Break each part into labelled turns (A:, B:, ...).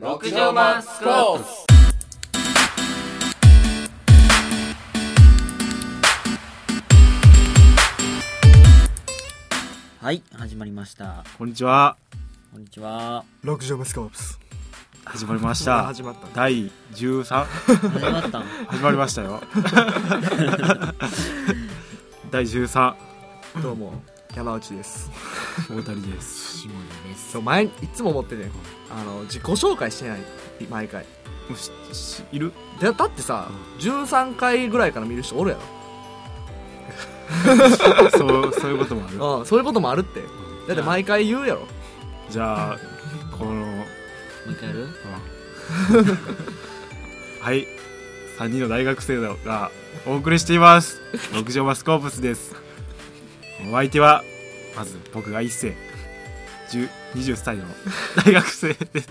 A: 極上マンスコース
B: はい始まりました
C: こんにちは
B: こんにちは
D: 六畳マスコープス
C: 始まりまし
D: あ
C: た
D: 始まった
C: 第13
B: 始まったん
C: 始まりましたよ第13
D: どうも山内です
C: 大谷です
B: 下田です
D: そう前いつも思ってねあの自己紹介してない毎回
C: もうししいる
D: でだってさ、13回ぐらいから見る人おるや
C: そうそういうこともある
D: ろ、うん、そういうこともあるってだって毎回言うやろ
C: じゃあこの、うん
B: もう一回やる
C: はい3人の大学生がお送りしています六条マスコープスですお相手はまず僕が一世10 20歳の大学生です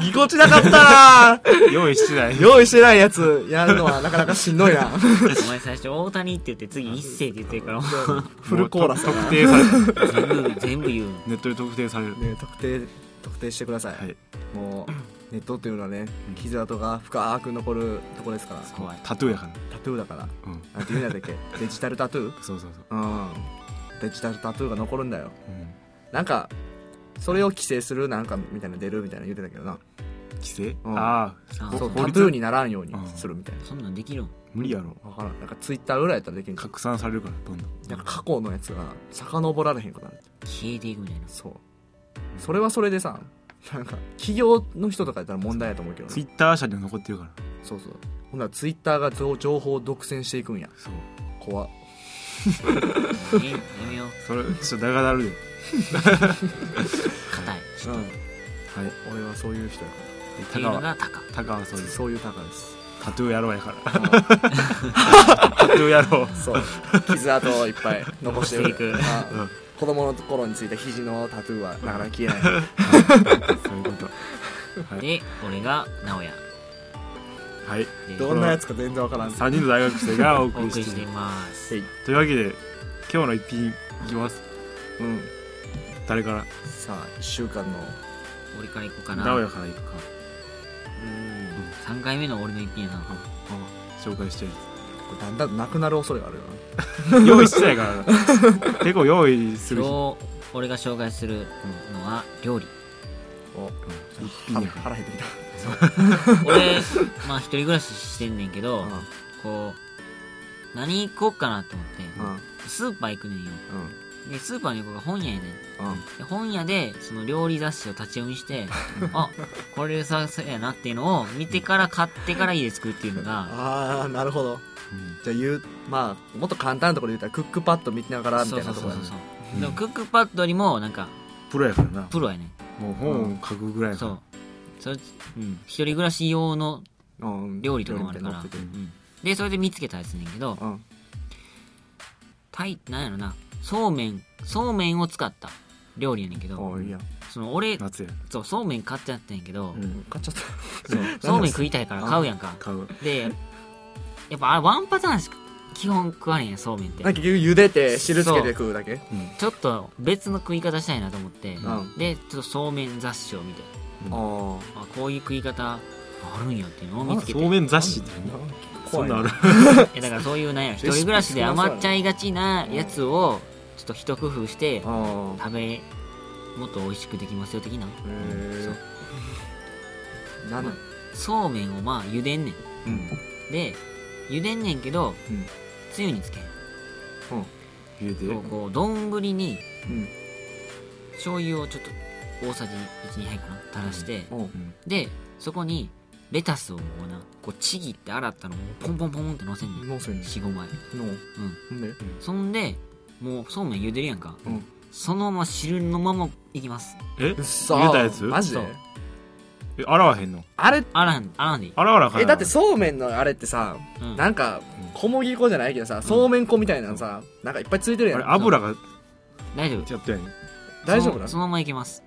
D: ぎこちなか ったな
C: 用意してない
D: 用意してないやつやるのは なかなかしんどいな
B: お前最初大谷って言って次一世って言ってるから
D: フルコーラス
C: もう特定される
B: 全部全部言う
C: ネットで特定される
D: ね特定特定してください、
C: はい
D: もうネットっていうのはね傷跡が深く残るとこですから
B: 怖い
C: タトゥーやから
D: タトゥーだから
C: うん
D: なんて言うんやったっ けデジタルタトゥー
C: そうそうそう
D: うんデジタルタトゥーが残るんだよ
C: うん
D: なんかそれを規制するなんかみたいなの出るみたいなの言ってたけどな
C: 規制
D: うん
C: あ
B: あ
C: あ
D: そう
C: 法
D: タ
C: 律
D: トゥーにならんようにするみたい
B: そんなんできるん
C: 無理やろ
D: な分からんなんかツイッターぐらいやったらできるんじゃ
C: 拡散されるからどんどん
D: んなんか過去のやつが遡られへんくなる
B: 消えていくみたいな
D: そうそれはそれでさなんか企業の人とかやったら問題やと思うけどな
C: ツイッター社には残ってるから
D: そうそうほんならツイッターが情情報を独占していくんや
C: そう
D: 怖っ
B: えやめよう
C: それちょっと長なるで
B: 硬いっ
C: はい
D: うんお俺はそういう人やか
B: ていう
C: 高
B: の
C: は
B: が高
C: 高はそう
D: ら
C: です
D: そういうタ カです
C: タトゥーやろうやからタトゥーやろう
D: そう傷跡をいっぱい残して
B: 残してい
D: るあ子供の頃についた肘のタトゥーはなかなか消えない
C: そういうことはい
B: で俺が直哉
C: はい
B: で
D: どんなやつか全然わからん
C: 3人の大学生がお
B: お
C: 送り
B: 送り
C: し
B: してて
C: い
B: い
C: る
B: ます
C: というわけで今日の一品いきます
D: うん
C: 誰から
D: さあ1週間の
B: 俺から行こうかな
C: 直哉からいくか
B: うん3回目の俺の一品やな
C: 紹介してる
D: だんだんなくなる恐れがあるよ
C: 用意してないからな結構用意する
B: 今
C: 日
B: 日俺が紹介するのは 料理
D: なお
C: 一
D: 腹
C: 品やから
D: 腹減ってきた
B: 俺まあ一人暮らししてんねんけど
D: うん
B: こう何行こうかなと思って
D: うん
B: スーパー行くねんよでスーパーの横が本屋やねん
D: うん
B: で本屋でその料理雑誌を立ち読みして あこれ良さそうやなっていうのを見てから買ってから家で作るっていうの が
D: ああなるほどじゃあ言うまあもっと簡単なところで言ったらクックパッド見ながらみ
B: そ
D: た
B: う
D: い
B: そう
D: なと
B: そ
D: こ
B: う
D: ろ
B: そう
D: だね
B: でもクックパッドよりもなんか
C: プロやからな
B: プロやねん
C: もう本を書くぐらいの
B: そうそれうん一人暮らし用の
D: うん
B: 料理とかもあるから
D: 料理みたいに
B: うんでそれで見つけたやつやねんけど
D: 載ってて
B: タイなんやろなそうめんそうめんを使った料理やねんけ
D: うん
B: ど
D: おいいや
B: その俺
C: 夏や
B: そうそうめん買ってやったんやけど、
C: うん
D: 買っちゃっ
B: そうそうめん食いたいから買うやんか
C: 買う
B: でやっぱあれワンパターンしか基本食われへんやんそうめんったて
D: なんか結局茹でて汁つけて食うだけ
B: ちょっと別の食い方したいなと思って、
D: ん
B: でちょっとそうめん雑誌を見て
C: う
D: あ
B: あこういう食い方あるんやっていうのを見つけて
C: そうめん雑誌って
D: あ
C: 何そ
D: 怖
C: ん
D: い
C: なんある
B: えだからそういうなんやろ
D: レシ
B: 一
D: ピ
B: 人暮らしで余っちゃいがちなやつをちょっと一工夫して
D: あ
B: 食べもっと美味しくできますよ的な
D: あへえなんだ
B: そうめんをまあ茹でんねん
D: うん
B: で茹でんねんけど、
D: うん
B: つゆにつけん
C: 入れて
B: こうこう丼に
D: うん
B: 醤油をちょっと大さじ12杯かな垂らして、
D: おう
C: うん
B: でそこにレタスをもうなこうちぎって洗ったのをポンポンポンってのせんねん
D: のせん
B: 45枚
D: のうんで
B: そんでもうそうめん茹でるやんか、
D: うん
B: そのまま汁のままいきます
C: え
D: うっそー
C: 茹でたやつ
D: マジ
B: そう
D: で
C: え洗わへんの
D: あれ
B: 洗わん洗わんでいい、
C: 洗わなあかん
D: え
C: やろ
D: だってそうめんのあれってさ
B: うん、
D: なんか小麦粉じゃないけどさそうめん粉みたいなのさなんかいっぱいついてるや
C: あれ
D: ん
C: 油が
B: 大丈夫
C: やったやん
D: 大丈夫
B: そ
D: な
B: のそのままいけます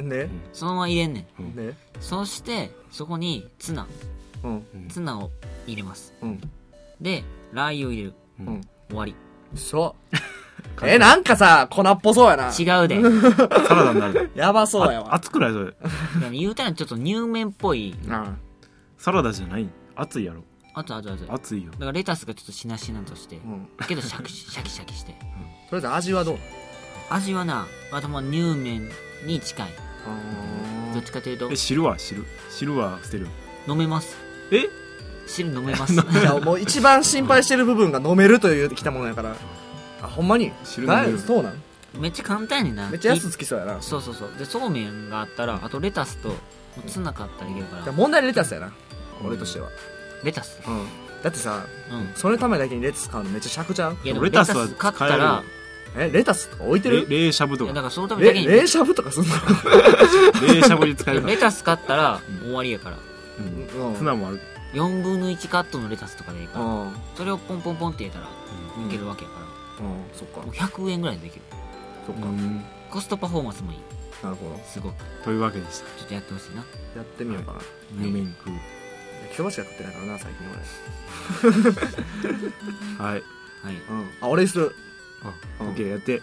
D: んで
B: そのまま入れんねん
C: うん
D: で
B: そしてそこにツナ
D: うん
C: うん
B: ツナを入れます
D: うん
B: でラー油を入れる
C: う
D: うんん
B: 終わり
D: そえ、なんかさ、粉っぽそうやな。
B: 違う で。い
C: サラダになる。
D: やばそうや
C: あ
D: わ。
C: 熱くないそれ。
B: や言うたらちょっと乳麺っぽい。
D: うん
C: サラダじゃない。熱いやろ。
B: あとあとあと。だか
C: 熱いよ。
B: らレタスがちょっとしなしなとして
D: う。ん。
B: けどシャキシャキシャキして。
D: とりあえず味はどう
B: 味はな、またもう乳麺に近い。どっちかというと
C: え、、汁は汁。汁は捨てる。
B: 飲めます。
C: え
B: 汁飲め ます。
D: いや、もう一番心配してる部分が飲めるというきたものやから。あ、ほんまに
C: 汁飲める
D: なそうなん
B: めっちゃ簡単やねんな。
D: めっちゃ安つきそうやな。
B: そうそうそうでそうめんがあったらあとレタスとツナ買ったらいけるか
D: じゃあ
B: ら
D: 問題レタスやな。俺としては。
B: レタス
D: うん。だってさ、
B: うん
D: そのためだけにレタス買うのめっちゃ尺ちゃう
B: いやでも
C: レ
B: レ
C: タ
B: タ
C: スは
B: ス買ったら
D: え、レタスとか置いて
C: れ
D: る
C: 冷しゃぶ
B: い
C: と
B: やだ
C: か。
B: からそのためだ
D: レ
B: けに
D: 冷しゃぶとかすんの
C: 冷しゃぶに使えるから
B: レタス買ったら終わりやから
C: うん。
D: うん
C: ツナもある。
B: 4分の1カットのレタスとかでいいか
D: う
B: ら
D: ん。うん。
B: それをポンポンポンって入れたらいけるわけやから
D: そっか
B: もう。100円ぐらいでできる
D: そっか
C: う。ん
B: コストパフォーマンスもいい
D: なるほど。
B: すごく
C: というわけでした。
B: ちょっとやってほしいな
D: やってみようかな。
C: 夢に食う。
D: 焼きそばしか食ってないからな、最近
C: はい。
B: はい
D: 俺。うん。あ、俺にする。
C: あ、
D: うん
C: オッケー、やって。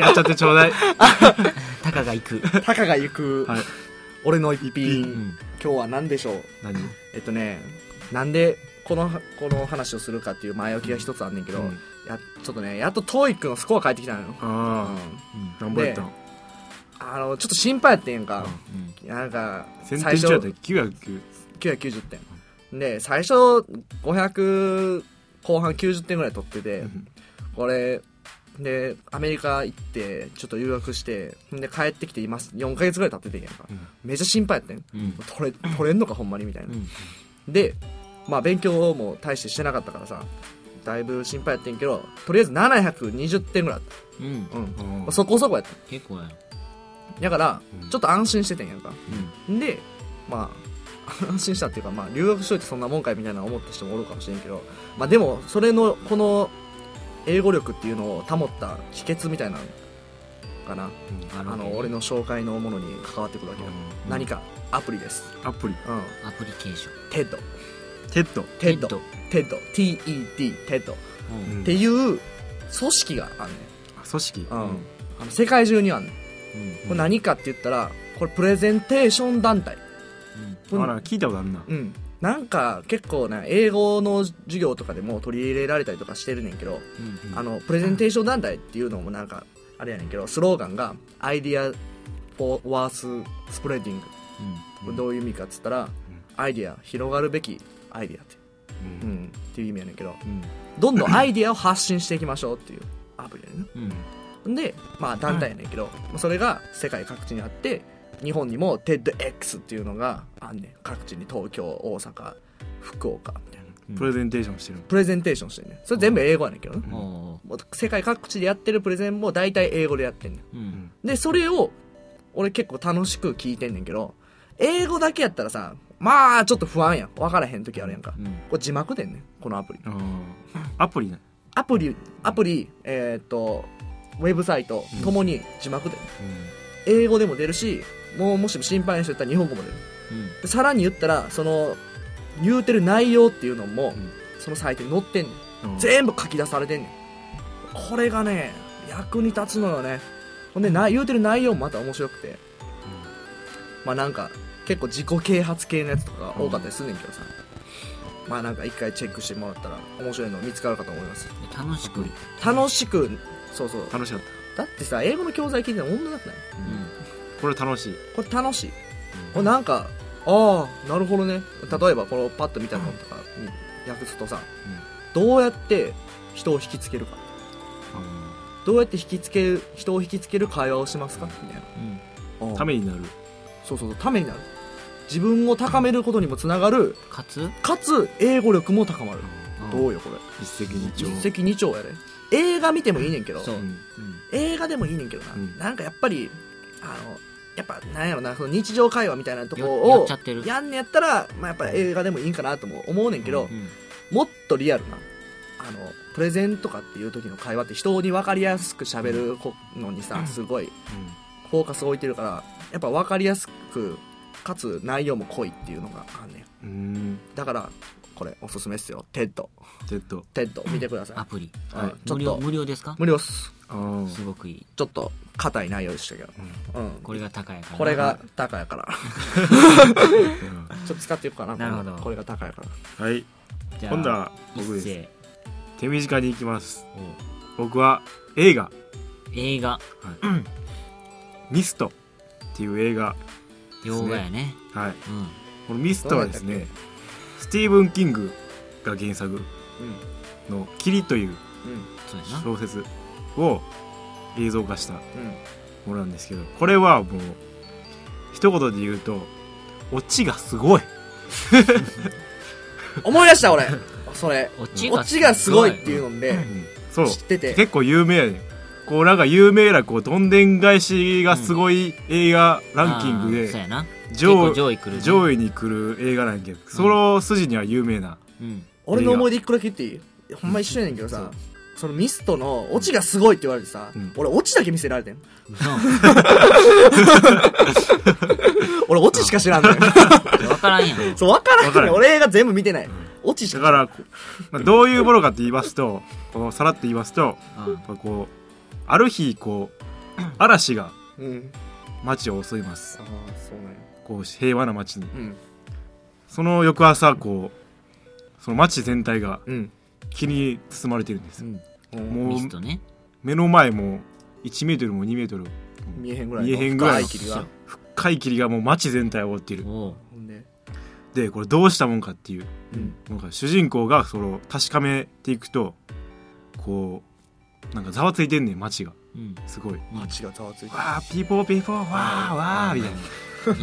C: やっちゃってちょうだい。
B: たかがいく
D: たかが行く、
C: はい
D: 俺の一
B: う
D: 品。
B: ん
D: 今日は何でしょう
C: 何
D: えっとね、なんでこの、この話をするかっていう前置きが一つあんねんけど、
C: うん
D: やちょっとね、やっと TOEIC のスコア返ってきたのよ。う
C: あ
D: ん
B: うん
C: あ、何本やったん
D: あの、ちょっと心配やってんか。
B: うん
D: いやなんか、
C: 先
D: 最
C: 手
D: 初
C: 中やったら909。
D: 990点。で、最初500、後半90点ぐらい取ってて、これ、で、アメリカ行って、ちょっと留学して、で、帰ってきて今、4ヶ月ぐらい経っててんやんか。
C: うん
D: めっちゃ心配やってん。
B: うん
D: 取れ、取れんのかほんまにみたいな
B: う。ん
D: で、まあ勉強も大してしてなかったからさ、だいぶ心配やってんけど、とりあえず720点ぐらいあっ
B: うん
D: た。うん。
C: うん
D: まあそこそこやった。
B: 結構や
D: だから
C: うん、
D: ちょっと安心しててんやんか。
B: う
D: で、まあ、 安心したっていうか、まあ留学しといてそんなもんかいみたいな思った人もおるかもしれんけど、まあでも、それの、この、英語力っていうのを保った秘訣みたいなのかな。
B: あ
D: あ
B: るわけ
D: の、俺の紹介のものに関わってくるわけよ。
C: うん
D: 何か、アプリです。
C: アプリ。
D: うん。
B: アプリケーション
D: テッド。
C: テッド。
D: テッド
B: テッ。
D: テッド。T-E-D。テッド。
B: ドうん
D: っていう組織があんね
C: あ組織。
D: ん、あの世界中にあんねんこ
B: うん
D: れ何かって言ったらこれプレゼンテーション団体
B: うん
C: あら、聞いたことあるな。
D: うんなんか結構ね英語の授業とかでも取り入れられたりとかしてるねんけど、
B: うん
C: うん
D: あのプレゼンテーション団体っていうのもなんかあれやねんけどスローガンが「アイディア・フォー・ワース・スプレディング」これどういう意味かっつったら、アイディア広がるべきアイディアって,、
C: うん
D: うん、っていう意味やねんけど
C: うん
D: どんどんアイディアを発信していきましょうっていうアプリやねんな
B: うん
D: で、まあ団体やねんけど、それが世界各地にあって、日本にも TEDx っていうのがあんねん。各地に東京、大阪、福岡みたいな。
B: うん
C: プレゼンテーションしてる。
D: プレゼンテーションしてんねん。それ全部英語やねんけどね。
C: ん
B: おー
D: もう世界各地でやってるプレゼンも大体英語でやってんねん。
B: うん
D: で、それを、俺結構楽しく聞いてんねんけど、英語だけやったらさ、まあちょっと不安やん。わからへん時あるやんか。
B: うん
D: これ字幕でんねん、このアプリ。
C: あーアプリね。
D: アプリ、アプリ、えーっと、ウェブサイトともに字幕でんねん英語でも出るしもうもし心配な人やったら日本語も出る
B: うん
D: でさらに言ったらその言うてる内容っていうのも、
C: ん
D: そのサイトに載ってんねん
C: うん
D: 全部書き出されてんねんこれがね役に立つのよねほんでな言うてる内容もまた面白くて、まあなんか結構自己啓発系のやつとかが多かったりすんねんけどさ、まあなんか一回チェックしてもらったら面白いの見つかるかと思います
B: 楽しく、うん、
D: 楽しくそうそう
C: 楽しかっ
D: だってさ英語の教材聞いてたら女なくない
C: た。うんこれ楽しい。
D: これ楽しいこれなんかああなるほどね例えばこのパッと見たのとかに訳すとさ、どうやって人を引きつけるかどうやって引きつける人を引きつける会話をしますかみたい
B: うん
D: な、
C: ためになる。
D: そうそうそうためになる自分を高めることにもつながる
B: かつ
D: かつ英語力も高まる、ど
B: う
D: うよこれ
C: 一石二
D: 一
C: 鳥。
D: 石二鳥やで映画見てもいいねんけど
B: そう、
C: うん
D: 映画でもいいねんけどな、
C: うん
D: なんかやっぱりあのやっぱなんやろなその日常会話みたいなとこ
B: よ
D: を
B: やっちゃってる
D: やんねやったら、まあ、やっぱり映画でもいいんかなとも思うねんけど、
B: うん
D: もっとリアルなあのプレゼンとかっていう時の会話って人に分かりやすく喋るこのにさすごいフォーカス置いてるからやっぱ分かりやすくかつ内容も濃いっていうのがあんねん
C: うんうん
D: だからこれおすすめっすよテッド
C: ちょっと
D: テッド見てください
B: アプリ
C: はい
D: うんちょ
B: 無
D: っ
B: 料
D: と
B: 無料ですか
D: 無料っす
C: あー
B: すごくいい
D: ちょっと硬い内容でしたけど、うん
B: これが高いからな
D: これが高やから ちょっと使っていくかな
B: なるほど
D: これが高やから
C: はい
B: じゃあ
C: 今度は僕で
B: 一
C: す
B: 斉
C: 手短に行きます
B: おう
C: 僕は映画
B: 映画
C: 「ミスト」っていう映画
B: 洋画やね
C: はい
B: うん
C: この「ミスト」はです
D: どうや
C: ね
D: った
C: スティーブン・キングが原作
D: うん
C: の「霧」という
B: そうやな
C: 小説を映像化した
D: うんうん
C: ものなんですけどこれはもう一言で言うとオチがすごい
D: 思い出し た俺それ
B: オチ
D: オチがすごいっていうので
C: そう
D: 知ってて
C: 結構有名やねんこうなんか有名なこうどんでん返しがすごい映画ランキング
B: あーそう
C: で
B: やな結
C: 上
B: 構上位来るね
C: 上位に来る映画なんやけどその筋には有名な
B: うん
D: 俺の思い出一個だけ言っていいほんま一緒やねんけどさそのミストのオチがすごいって言われてさ、
C: うん
D: 俺オチだけ見せられてん
B: 嘘
D: 俺オチしか知らんねん
B: 分からんやん
D: そう分からんね
C: わから
D: ん
C: ん
D: 俺映画全部見てない、オチしか
C: だ
D: 知ら
C: か
D: ん
C: ら、こまあ、どういうものかと言いますとこのさらっと言いますと
B: うん
C: やっぱこうある日こう嵐が
D: うん
C: 街を襲います
D: ああそうなんや
C: こう平和な街に
D: うん
C: その翌朝こうその街全体が
D: うん
C: 気に包まれてるんですよ
D: うん
C: もう
B: ミストね
C: 目の前も1メートルも2メートル
D: 見えへんぐらいの
C: 見えへんぐらいの
D: 深霧が
C: 深い霧がもう街全体を覆っている
B: おう
D: ほんで
C: でこれどうしたもんかっていう
D: うん
C: なんか主人公がその確かめていくとこうなんかざわついてんねん街が
B: うん
C: すごい
B: うん
D: オチがざわついてる
C: わあピーポーピーポーわあわあみたいな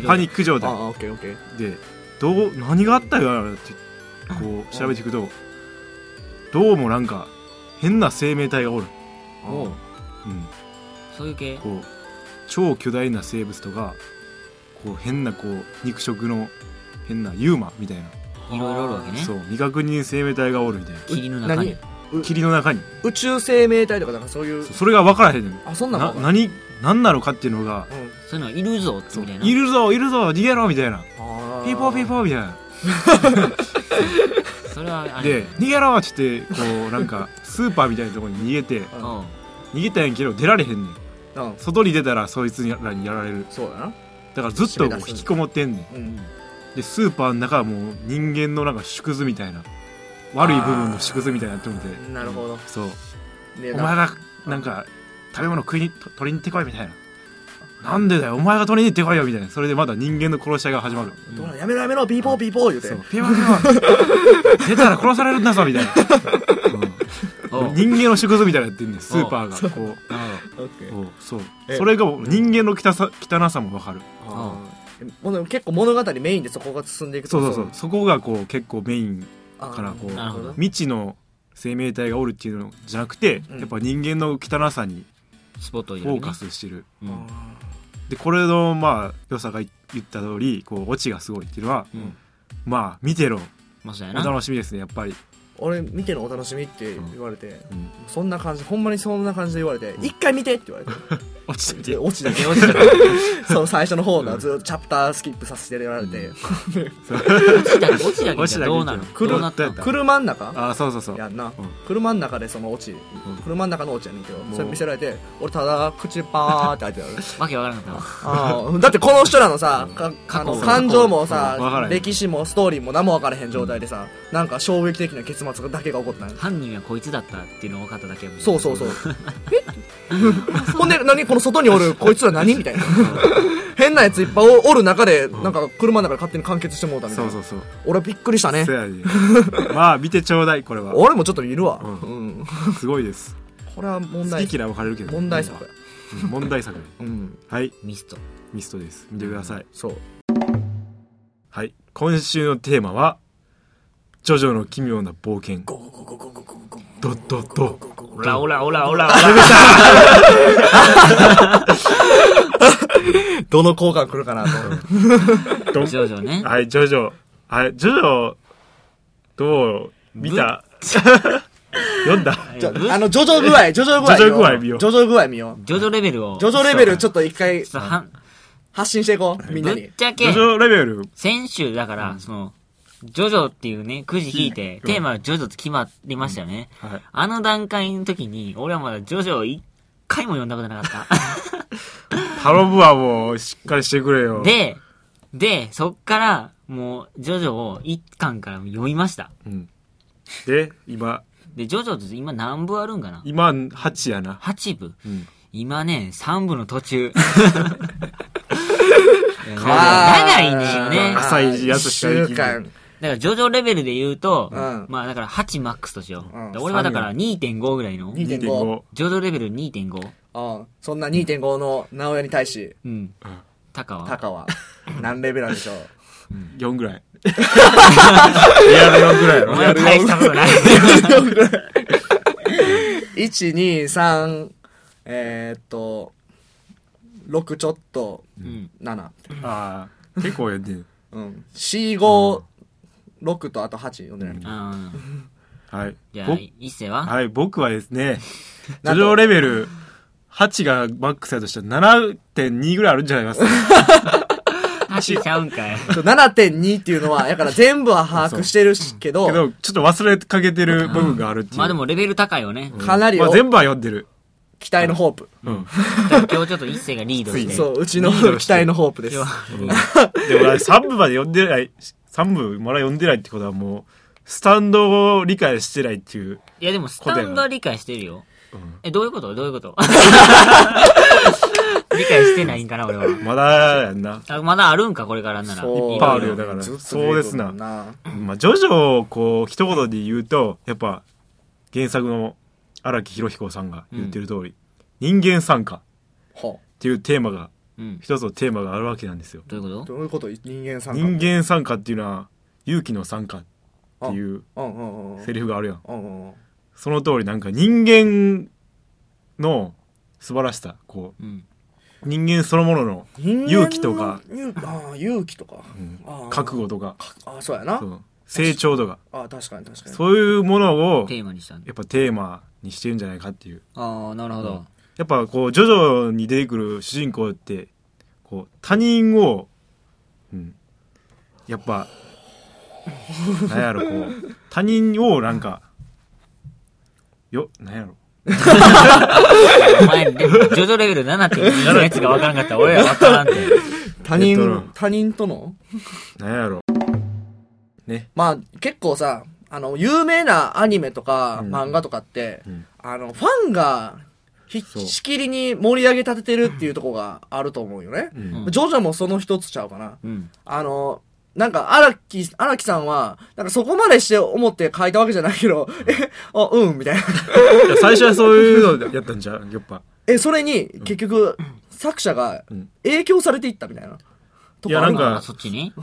C: パ
B: パ
C: ニ
B: ニ
C: ック状
D: あ
C: 態
D: あオッケーオッケー
C: でどう何があったよなってこう調べていくとどうもなんか変な生命体がおる、
B: おう
C: うん、
B: そういう系
C: こう超巨大な生物とかこう変なこう肉食の変なユーマみたいな、
B: いろいろあるわけね
C: そう未確認生命体がおるみたいな
B: 霧の中に
C: 霧の中に
D: 宇宙生命体とかなんかそういう
C: そうそれが分からへんねん
D: あそんなん
C: な
D: も
C: 何何なのかっていうのが
D: うん
B: そういうのいるぞって
C: そう
B: みたいない
C: るぞいるぞ逃げろみたいな
D: あ
C: ピーポーピー
D: ー
C: ポーみたいな
B: それはあれ
C: で逃げろっつってこうなんか スーパーみたいなところに逃げて
D: う
B: おう
C: 逃げたんやけど出られへんねん
D: んうん
C: 外に出たらそいつらにやられる
D: そうだな
C: だからずっとこう引きこもってんねん
D: うん
C: でスーパーの中はもう人間のなんか縮図みたいな悪い部分の縮図みたいになってもて
D: なるほど
C: そう
D: ね
C: お前がなんか食べ物食いにと取りに行ってこいみたいななんでだよお前が取りに行ってこいよみたいなそれでまだ人間の殺し合いが始まる
D: どうなんやめろやめろピーポーピーポー言うて
C: そうピワピワ 出たら殺されるんだぞみ たいな、
B: お
C: うん
B: う
C: 人間の縮図みたいなやってんねんスーパーがこう
D: オッケー
C: こうそう
D: え
C: それがもう人間の汚さ汚さもわかる
D: あーもうでも結構物語メインでそこが進んでいく
C: そ
D: と
C: うそうそうそこがこう結構メイン
D: あー
C: からこう
D: なるほど
C: 未知の生命体がおるっていうのじゃなくて、
D: うん
C: やっぱ人間の汚さに
B: スポットを入
C: フ
B: れ
C: ォ
B: る
C: ー
B: ね
C: カスしてる、
B: うん
D: あ
C: でこれのまあ良さが言った通りこうオチがすごいっていうのは、
B: うん
C: まあ見てろ
B: まあそう
C: お
B: やな
C: 楽しみですねやっぱり、
D: ー俺見てのお楽しみって言われて
C: うん、
D: そんな感じほんまにそんな感じで言われて一回見てって言わ れて
C: 落ちて
D: で
C: て
D: 落ちだけその最初の方のずっとチャプタースキップさせてやられて、
B: 落ちだけじゃどうなの
C: 落ちだ
B: どうなった
C: う
B: の
C: ん
D: 車ん中
C: ああそうそうそう
D: やんな、
C: うん
D: 車ん中でその落ち、車ん中の落ちやねんけど
C: もう
D: それ見せられて俺ただ口パーって開いてある
B: わけわからなかった
D: あーだってこの人らのさかあの
B: 過去
D: 感情も
C: 過去わから
D: さ
C: へん
D: 歴史もストーリーも何も分からへん状態でさ、なんか衝撃的な結末だけが起こったんや
B: 犯人はこいつだったっていうのが分かっただけやもん
D: そ うそうそうえほんで何この外におるこいつら何 みたいな変なやついっぱいおおる中でなんか車の中で勝手に完結してもうたみたい
C: そ
D: な
C: うそうそう
D: 俺びっくりしたね
C: そうやね まあ見てちょうだいこれは
D: 俺もちょっといるわ、
C: う
D: うんん
C: すごいです
D: これは問題
C: 好き嫌い分かれるけど
D: 問題作や
C: うん問題作ね
D: うん
C: はい
B: ミスト
C: ミストです見てください
D: そう
C: はい今週のテーマは「ジョジョの奇妙な冒険」ドッドッド
B: オラオラオラオラ
D: どの効果が来るかなと
C: ドン
B: ジョジョね
C: はいジョジョはいジョジョどう見た読んだ
D: ちょあのジョジョ具合ジョジョ具合
C: ジョジョ具合見よう
D: ジョジ
B: ジョジ
D: ョ具合見よう
B: ョレベルを
D: ジョジョレベルちょっと一回
B: ちょっとはん
D: 発信していこうみんな
B: ぶっ
D: に
B: ちゃ
C: ジ
B: け
C: ョジョレベル
B: 先週だからそのジョジョっていうね、くじ引いて
C: う、ん
B: テーマがジョジョって決まりましたよね。
C: はい。
B: あの段階の時に、俺はまだジョジョを一回も読んだことなかっ
C: 頼むわ、もう、しっかりしてくれ
B: た。
C: よ。、
B: で、で、そっから、もう、ジョジョを一巻から読みました。
C: うん。で、今、
B: で、ジョジョって今何部あるんかな
C: 今、8やな。
B: ?8 部
C: うん。
B: 今ね、3部の途中。いや
D: あ
B: 長い
D: ー
B: んですよね。だか
C: 浅いやつしかできん
D: 一週間
B: ら、ジョジョレベルで言うと、
D: うん
B: まあだから8マックスとしよう。
D: うん
B: で俺はだから2.5ぐらいの、ジ
D: 2.5
C: 2.5。
B: ョジョレベル2.5。
D: うんそんな2.5の直哉に対し
B: うん。タカは
D: タカは何レベルなんで しょう
C: 4ぐらい。リアル4ぐらいや
B: お
C: ろ。
B: 前は大したことない。
D: 123えーっと6ちょっと
B: うん。
D: 7
C: ああ、結構やんねん。
D: うん456とあと8読んでない
B: ああ。
C: はい。
B: じゃあ
C: ぼ、
B: 一世は
C: はい、僕はですね、ジ
D: なん
C: ョ
D: と
C: ジョレベル8がマックスやとしたら7.2ぐらいあるんじゃないですか。
B: 走っちゃうんかい。
D: 7.2っていうのは、やから全部は把握してるしけ
C: け
D: ど、
C: ど、ちょっと忘れかけてる部分があるっていう。
B: まあでもレベル高いよね。
D: かなり
C: まあ
D: を
C: 全部は読んでる。
D: 期待のホープ。
C: うん。
B: だから今日ちょっと一世がリードして。
D: そう、うちの
C: リードし
D: 期
C: て
D: 待のホープです
B: 今。日リード
C: でも3部まで読んでない、3部まだ読んでないってことはもう、スタンドを理解してないっていう。
B: いやでもスタンドは理解してるよ。え、どういうことどういうこと理解してないんかな、俺は。
C: まだやんな。
B: あまだあるんか、これからなら。
D: そう
C: いっぱいあるよ
B: いろいろ
C: だから
D: ずっと
C: そうですな
D: 出てくるもんな
C: まあ、ジョジョをこう、一言で言うと、やっぱ、原作の荒木博彦さんが言ってる通り、人間参加っ
D: ほ
C: ていうテーマが、
B: うん。
C: 一つのテーマがあるわけなんですよ。
B: どういう
D: う
B: こと
D: どういうこと人間参加。
C: 人間参加っていうのは、勇気の参加っていう
D: うんうんうんうん。
C: セリフがあるやん。
D: うんうんうん。
C: その通りなんか人間の素晴らしさ、こ
B: うん。
C: う、人間そのものの
D: 人間の
C: 勇気とか。
D: 勇ああ、勇気とか。ああ
C: 覚悟とか、
D: ああ、そうやな
C: そ。の成長とか、
D: ああ、確かに確かに。
C: そういうものを、
B: テーマにしたんだ。
C: やっぱテーマにしてるんじゃないかっていう。
B: ああ、なるほど。
C: やっぱこう、ジョジョに出てくる主人公って、こう、他人を、うん。やっぱ、なんやろ、こう、他人をなんか、よ、なんやろ。
B: お前、でジョジョレベル7.2のやつがわからんかったら俺はわからんって。
D: 他
C: えっと
D: 人、他人との
C: なんやろ。ね。
D: まあ、結構さ、あの、有名なアニメとか
C: うん
D: 漫画とかって
C: うん、
D: あの、ファンが、ひ
C: そう
D: しきりに盛り上げ立ててるっていうところがあると思うよね。
C: うん。
D: ジョジョもその一つちゃうかな。
B: うん。
D: あの、なんか、荒木、荒木さんは、なんかそこまでして思って書いたわけじゃないけど、え、 あ、うん、みた いな。
C: いや最初はそういうのやったんじゃうやっぱ。
D: え、それに、結局、作者が
C: うん
D: 影響されていったみたいな。と
C: いや
D: かある
C: なんか
B: あそっちに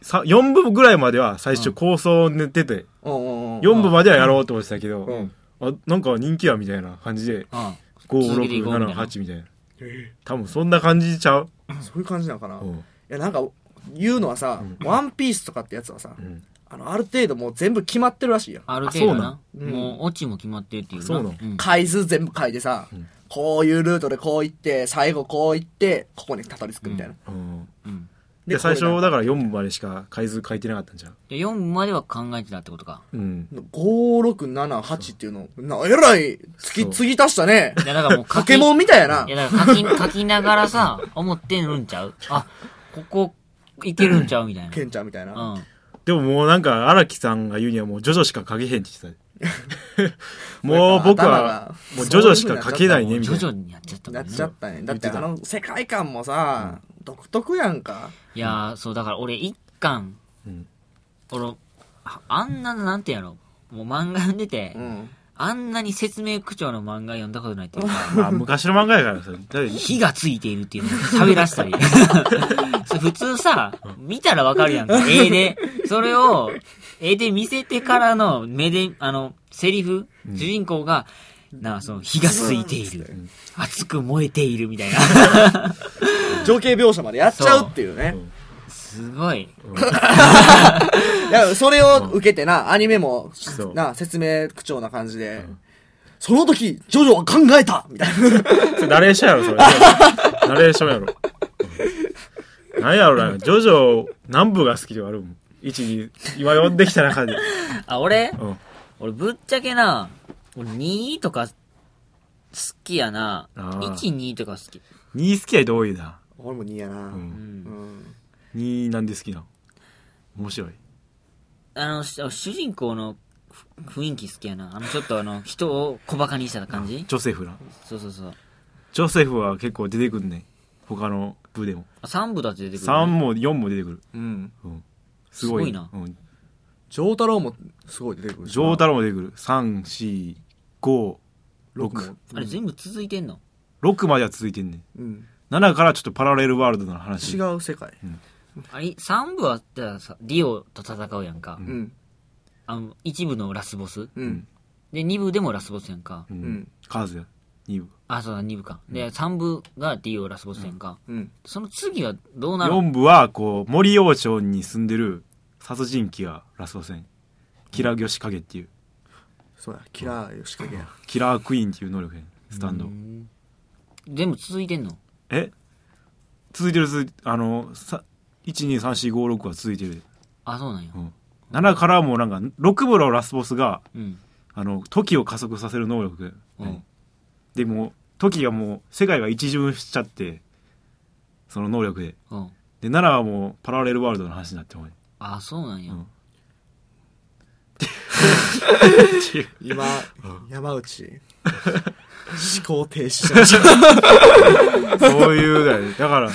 C: さ4部ぐらいまでは最初構想を練ってて、
D: うんうんうん。
C: 4部まではやろうと思ってたけど、
D: うん
C: あなんか人気やみたいな感じで
B: うん。続けていこうみたいな
C: 56788みたいな多分そんな感じちゃう、
D: そういう感じなのかな。
C: う
D: い
C: ん
D: や、なんか、言うのはさ、ワンピースとかってやつはさ、
C: ん
D: あの、ある程度もう全部決まってるらしいよ。
B: ある程度
C: あ
B: な。
D: うなん
B: もう、オチも決まってるっていうな。
C: そうなの
B: ん
D: 回数全部書いてさ、こういうルートでこう行って、最後こう行って、ここにたどり着くみたいな。
C: うん、
B: うん。
C: で
D: で
C: 最
D: これ
C: 初だから4部までしか回数書いてなかったんじゃん
B: で、4までは考えてたってことか。
C: うん
D: 5678っていうの、な、えらい、つき、
C: そう
D: 継ぎ足し たね。
B: いや、だからもう
D: ポ
B: 書
D: ケ
B: き、。
D: モンみたいやない
B: や、だから書き、 書きながらさ、思ってるんちゃうあ、ここ、いけるんちゃうみたい
D: ケンちゃんみたい
B: な。
D: な。
B: うん。
C: でももうなんか荒木さんが言うにはもうジョジョしか書けへんって言ってたもう僕はもうジョジョしか書けないねみ
B: 徐
C: たいな
B: 々にやっちゃったも
D: なんっ
B: ね。
D: ちゃったね。だって
C: 言って
D: あ
C: た
D: の世界観もさ、独特やんか。
B: いやー、そう、だから俺一巻、
C: うん
B: 俺、ああんな、なんてやろ、もう漫画読んでて、
D: うん。
B: あんなに説明口調の漫画読んだことないっていうか、
C: まあ昔の漫画やからさだって
B: 火がついているっていうのを喋ら したり。それ普通さ、見たらわかるやんか、絵で。それを、絵で見せてからの目で、あの、セリフ、主人公が、なあ、その、火がついている。熱く燃えているみたいな。
D: 情景描写までやっちゃうっていうね。
B: すごい。
D: いや、それを受けてな、アニメも
C: そう、
D: な、説明口調な感じで、その時、ジョジョは考えたみたいな。
C: それナレーションやろそれナレーションやろ、うん、なんやろなジョジョ何部が好きではあるもん1、2、今呼んできた中で。
B: あ、俺
C: うん。
B: 俺ぶっちゃけな、俺2とか好きやな。
C: あー
B: 1、2とか好き。
C: 2好きや人多いな。
D: 俺も2やな、
C: う。
B: うんん。
C: 2なんで好きなの面白い。
B: あの、し主人公のふ雰囲気好きやな。あの、ちょっとあの、人を小馬鹿にした感じ
C: ジョセフな。
B: そうそうそう。
C: ジョセフは結構出てくんね。他の部でも。
B: あ3部だって出てくるね、
C: 3も4も出てくる。
D: うん
C: うん。すご
B: す
C: い。
B: ごいな
C: うん。
D: 丈太郎もすごい出てくる
C: ジョー太郎も出てくる。3、4、5、6。
B: あれ全部続いてんの
C: 6までは続いてんね。
D: うん、
C: 7からちょっとパラレルワールドの話。
D: 違う世界
B: あれ、3部は、じゃあさ、ディオと戦うやんか。
D: うん
B: あの、1部のラスボス。
D: うん
B: で、2部でもラスボスやんか。
C: う
D: うんん。
C: カーズや。2部。
B: あ、そうだ、2部か。で、3部がディオラスボスやんか。
D: うん
B: その次はどうなる
C: 4部は、こう、森王朝に住んでる殺人鬼がラスボス戦。キラー・ギョシカゲっていう、
D: そうやキラーよしかけや
C: キラー・クイーンっていう能力やんスタンド。
B: 全部続いてんの
C: え続いてる続いてあのさ123456は続いてる、
B: あ、そうなんや
C: う。ん、7からはもうなんか6部のラスボスが
B: うん。
C: あの時を加速させる能力、
B: うん
C: でもう時がもう世界が一巡しちゃってその能力で
B: うん。
C: で7はもうパラレルワールドの話になってもら
B: あ、そうなんや
C: うん。
D: 今山内思考停止しました
C: そういうだよねだか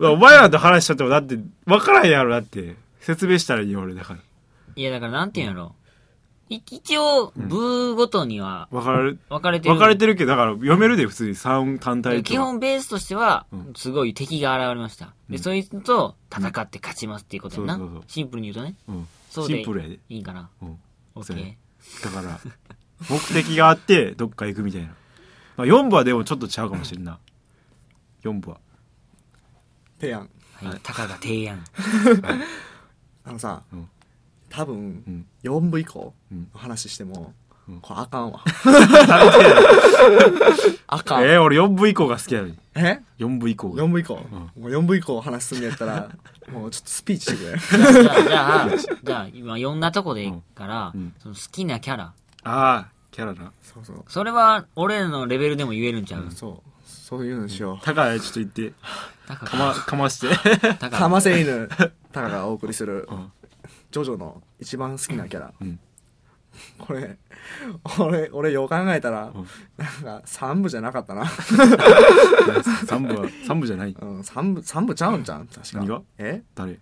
C: らお前らと話しちゃってもだって分からへんやろだって説明したらいいよ俺だから
B: いや、だからなんて言うんやろ。い一応、部ごとには
C: 分かる
B: 分かれてる。
C: 分かれてるけどだから読めるで普通に3単体と
B: 基本ベースとしては
C: うん、
B: すごい敵が現れました。で、そいつと戦って勝ちますっていうことや
C: う
B: なん
C: そうそうそう。
B: シンプルに言うとね。
C: うん
B: そうで
C: シンプルやで
B: いいんかな。
C: うん
B: オッ
C: そ
B: ケ
C: うや
B: ー
C: ね。だから、目的があって、どっか行くみたいな。まあ、4部はでもちょっと違うかもしれんな。4部は。
D: 提案
B: はい。たかが提 案。
D: あのさ、
C: うん
D: 多
C: ん
D: 分、四4部以降
C: うん
D: の話しても、
C: ん
D: これあか んわあかん
C: えー、俺4部以降が好きやのに。
D: え
C: 4部以降が
D: 4。部以降、もう4部以降話すんのやったらもうちょっとスピーチしてくれ
B: じゃあ、じゃあ、じゃあ、今、いろんなとこでいいから
C: うんうん、
B: その好きなキャラ。
C: ああ、キャラな。
D: そうそう
B: それは、俺らのレベルでも言えるんちゃう
D: そうそういうのしよ
C: 高谷ちょっと行って、
B: たか
C: か
B: が
C: ま、かまして。
B: たか
D: うか
B: が
D: ませ犬 タカがお送りする、
C: ん
D: ジョジョの一番好きなキャラ、
C: うん
D: これ俺俺よう考えたら、なんか3部じゃなかったな、
C: 3部は、3部じゃない。
D: うん、3部三部ちゃうんじゃん確か
C: 何が
D: え
C: 誰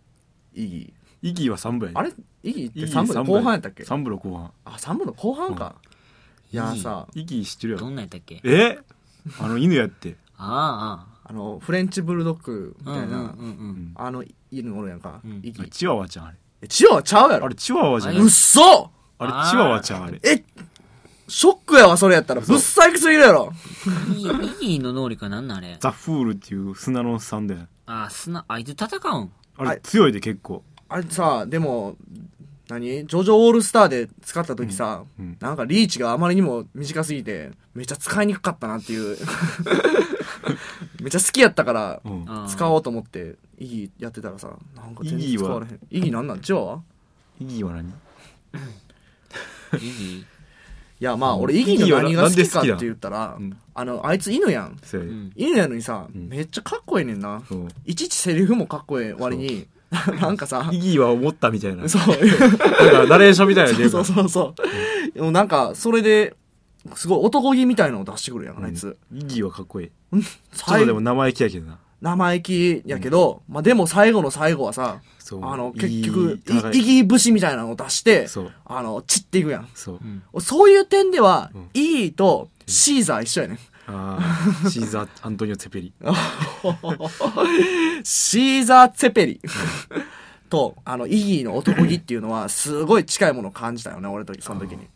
D: イギ
C: イギーは3部やね。
D: あ
C: れ
D: れイギって3部の後半やったっけ
C: ?3 部の後半。
D: あ三3部の後半か、いやさ
C: イギー知ってるや
B: ど
C: ろ。
B: んなんやったっけ
C: えあの犬やって。
B: あ
D: あのフレンチブルドッグみ
B: あ、ああ。う
D: たい
B: んう
D: な、
B: んうん
D: あの犬おるやんか、
B: うん
D: イギ
C: チワワちゃんあれ。
D: えチワワちゃうやろ
C: あれチワワじゃない
B: あ。
D: うっそ
C: あれチワワちゃんあれ。
D: えショックやわそれやったらぶっさいくすぎるやろ
B: うん。イギイギーの能力は何なんあれ
C: ザ・フールっていう砂のサンドやん。
B: あ、砂、あいつ戦うん
C: あ
D: は
C: れ
D: い
C: 強いで結構。
D: あれさでも何ジョジョオールスターで使った時さ、
C: うんうん
D: なんかリーチがあまりにも短すぎてめっちゃ使いにくかったなっていう めっちゃ好きやったから
C: うん。
B: あー
D: 使おうと思ってイギやってたらさなんか全
C: イギ
D: 然使われへんイギなんなんチワワ
C: イギーは何
B: イギ
D: いやまあ
C: うん
D: 俺イギの何が好きかって言ったら、
C: うん
D: あのあいつ犬やん
C: そうや
B: ーう
C: で
B: ん。
D: 犬やのにさ、
C: ん
D: めっちゃかっこええねんな
C: そう
D: いちいちセリフもかっこええ割に なんかさ
C: イギーは思ったみたいな。なんか
D: そう
C: ナレーションみたいなの出るか
D: そ
C: ら
D: うそうそう。でもなんか、それで、すごい男気みたいなのを出してくるやん、あいつ。
C: うんイギーはかっこいい。ちょっ
D: 最
C: とで
D: 後
C: も、生意気やけどな。
D: 生意気やけど、まあでも最後の最後はさ、
C: そう
D: あの、
C: いい
D: 結局、
C: 戦い
D: いイギー節みたいなのを出して
C: そう、
D: あの、散っていくやん。
C: そう。
B: うん。
D: そういう点では
C: うん、
D: イギーとシーザー一 緒やねん。
C: ああ、シーザー・アントニオ・ツェペリ。
D: シーザー・ツェペリと、あの、イギーの男気っていうのは、すごい近いものを感じたよね、俺と、その時に。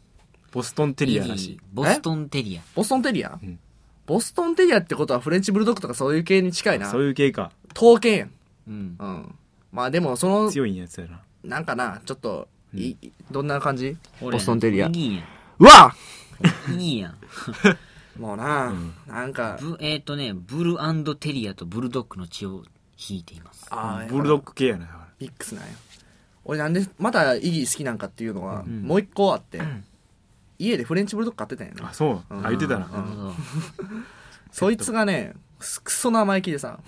C: ボストン・テ
B: イギ
C: リアらし
B: ー
C: い。、
B: ボストンテリア。
D: ボストンテリア、
C: ん
D: ボストンテリアってことはフレンチブルドッグとかそういう系に近いな
C: そういう系か。
D: 刀剣やん
B: うん。
D: うんまあでもその
C: 強いんやつやな。
D: なんかなちょっと、いどんな感じ
B: 俺
D: ボストンテリア
B: イギーや
D: うわ
B: ん。イギーやん。
D: もうな、なんか
B: ブえっ、とね、ブルテリアとブルドッグの血を引いています。
D: あ
C: ブルドッグ系やな。だから
D: ビックスなんや俺なんでまたイギー好きなんかっていうのは、
C: うん
D: もう一個あって、
B: ん
D: 家でフレンチブルドッグ飼ってたんや
C: あ
D: な
C: そう
D: うん
C: あ言ってた
B: な
C: な
B: るほど。
D: そいつがねすクソ生意気でさ、
C: ん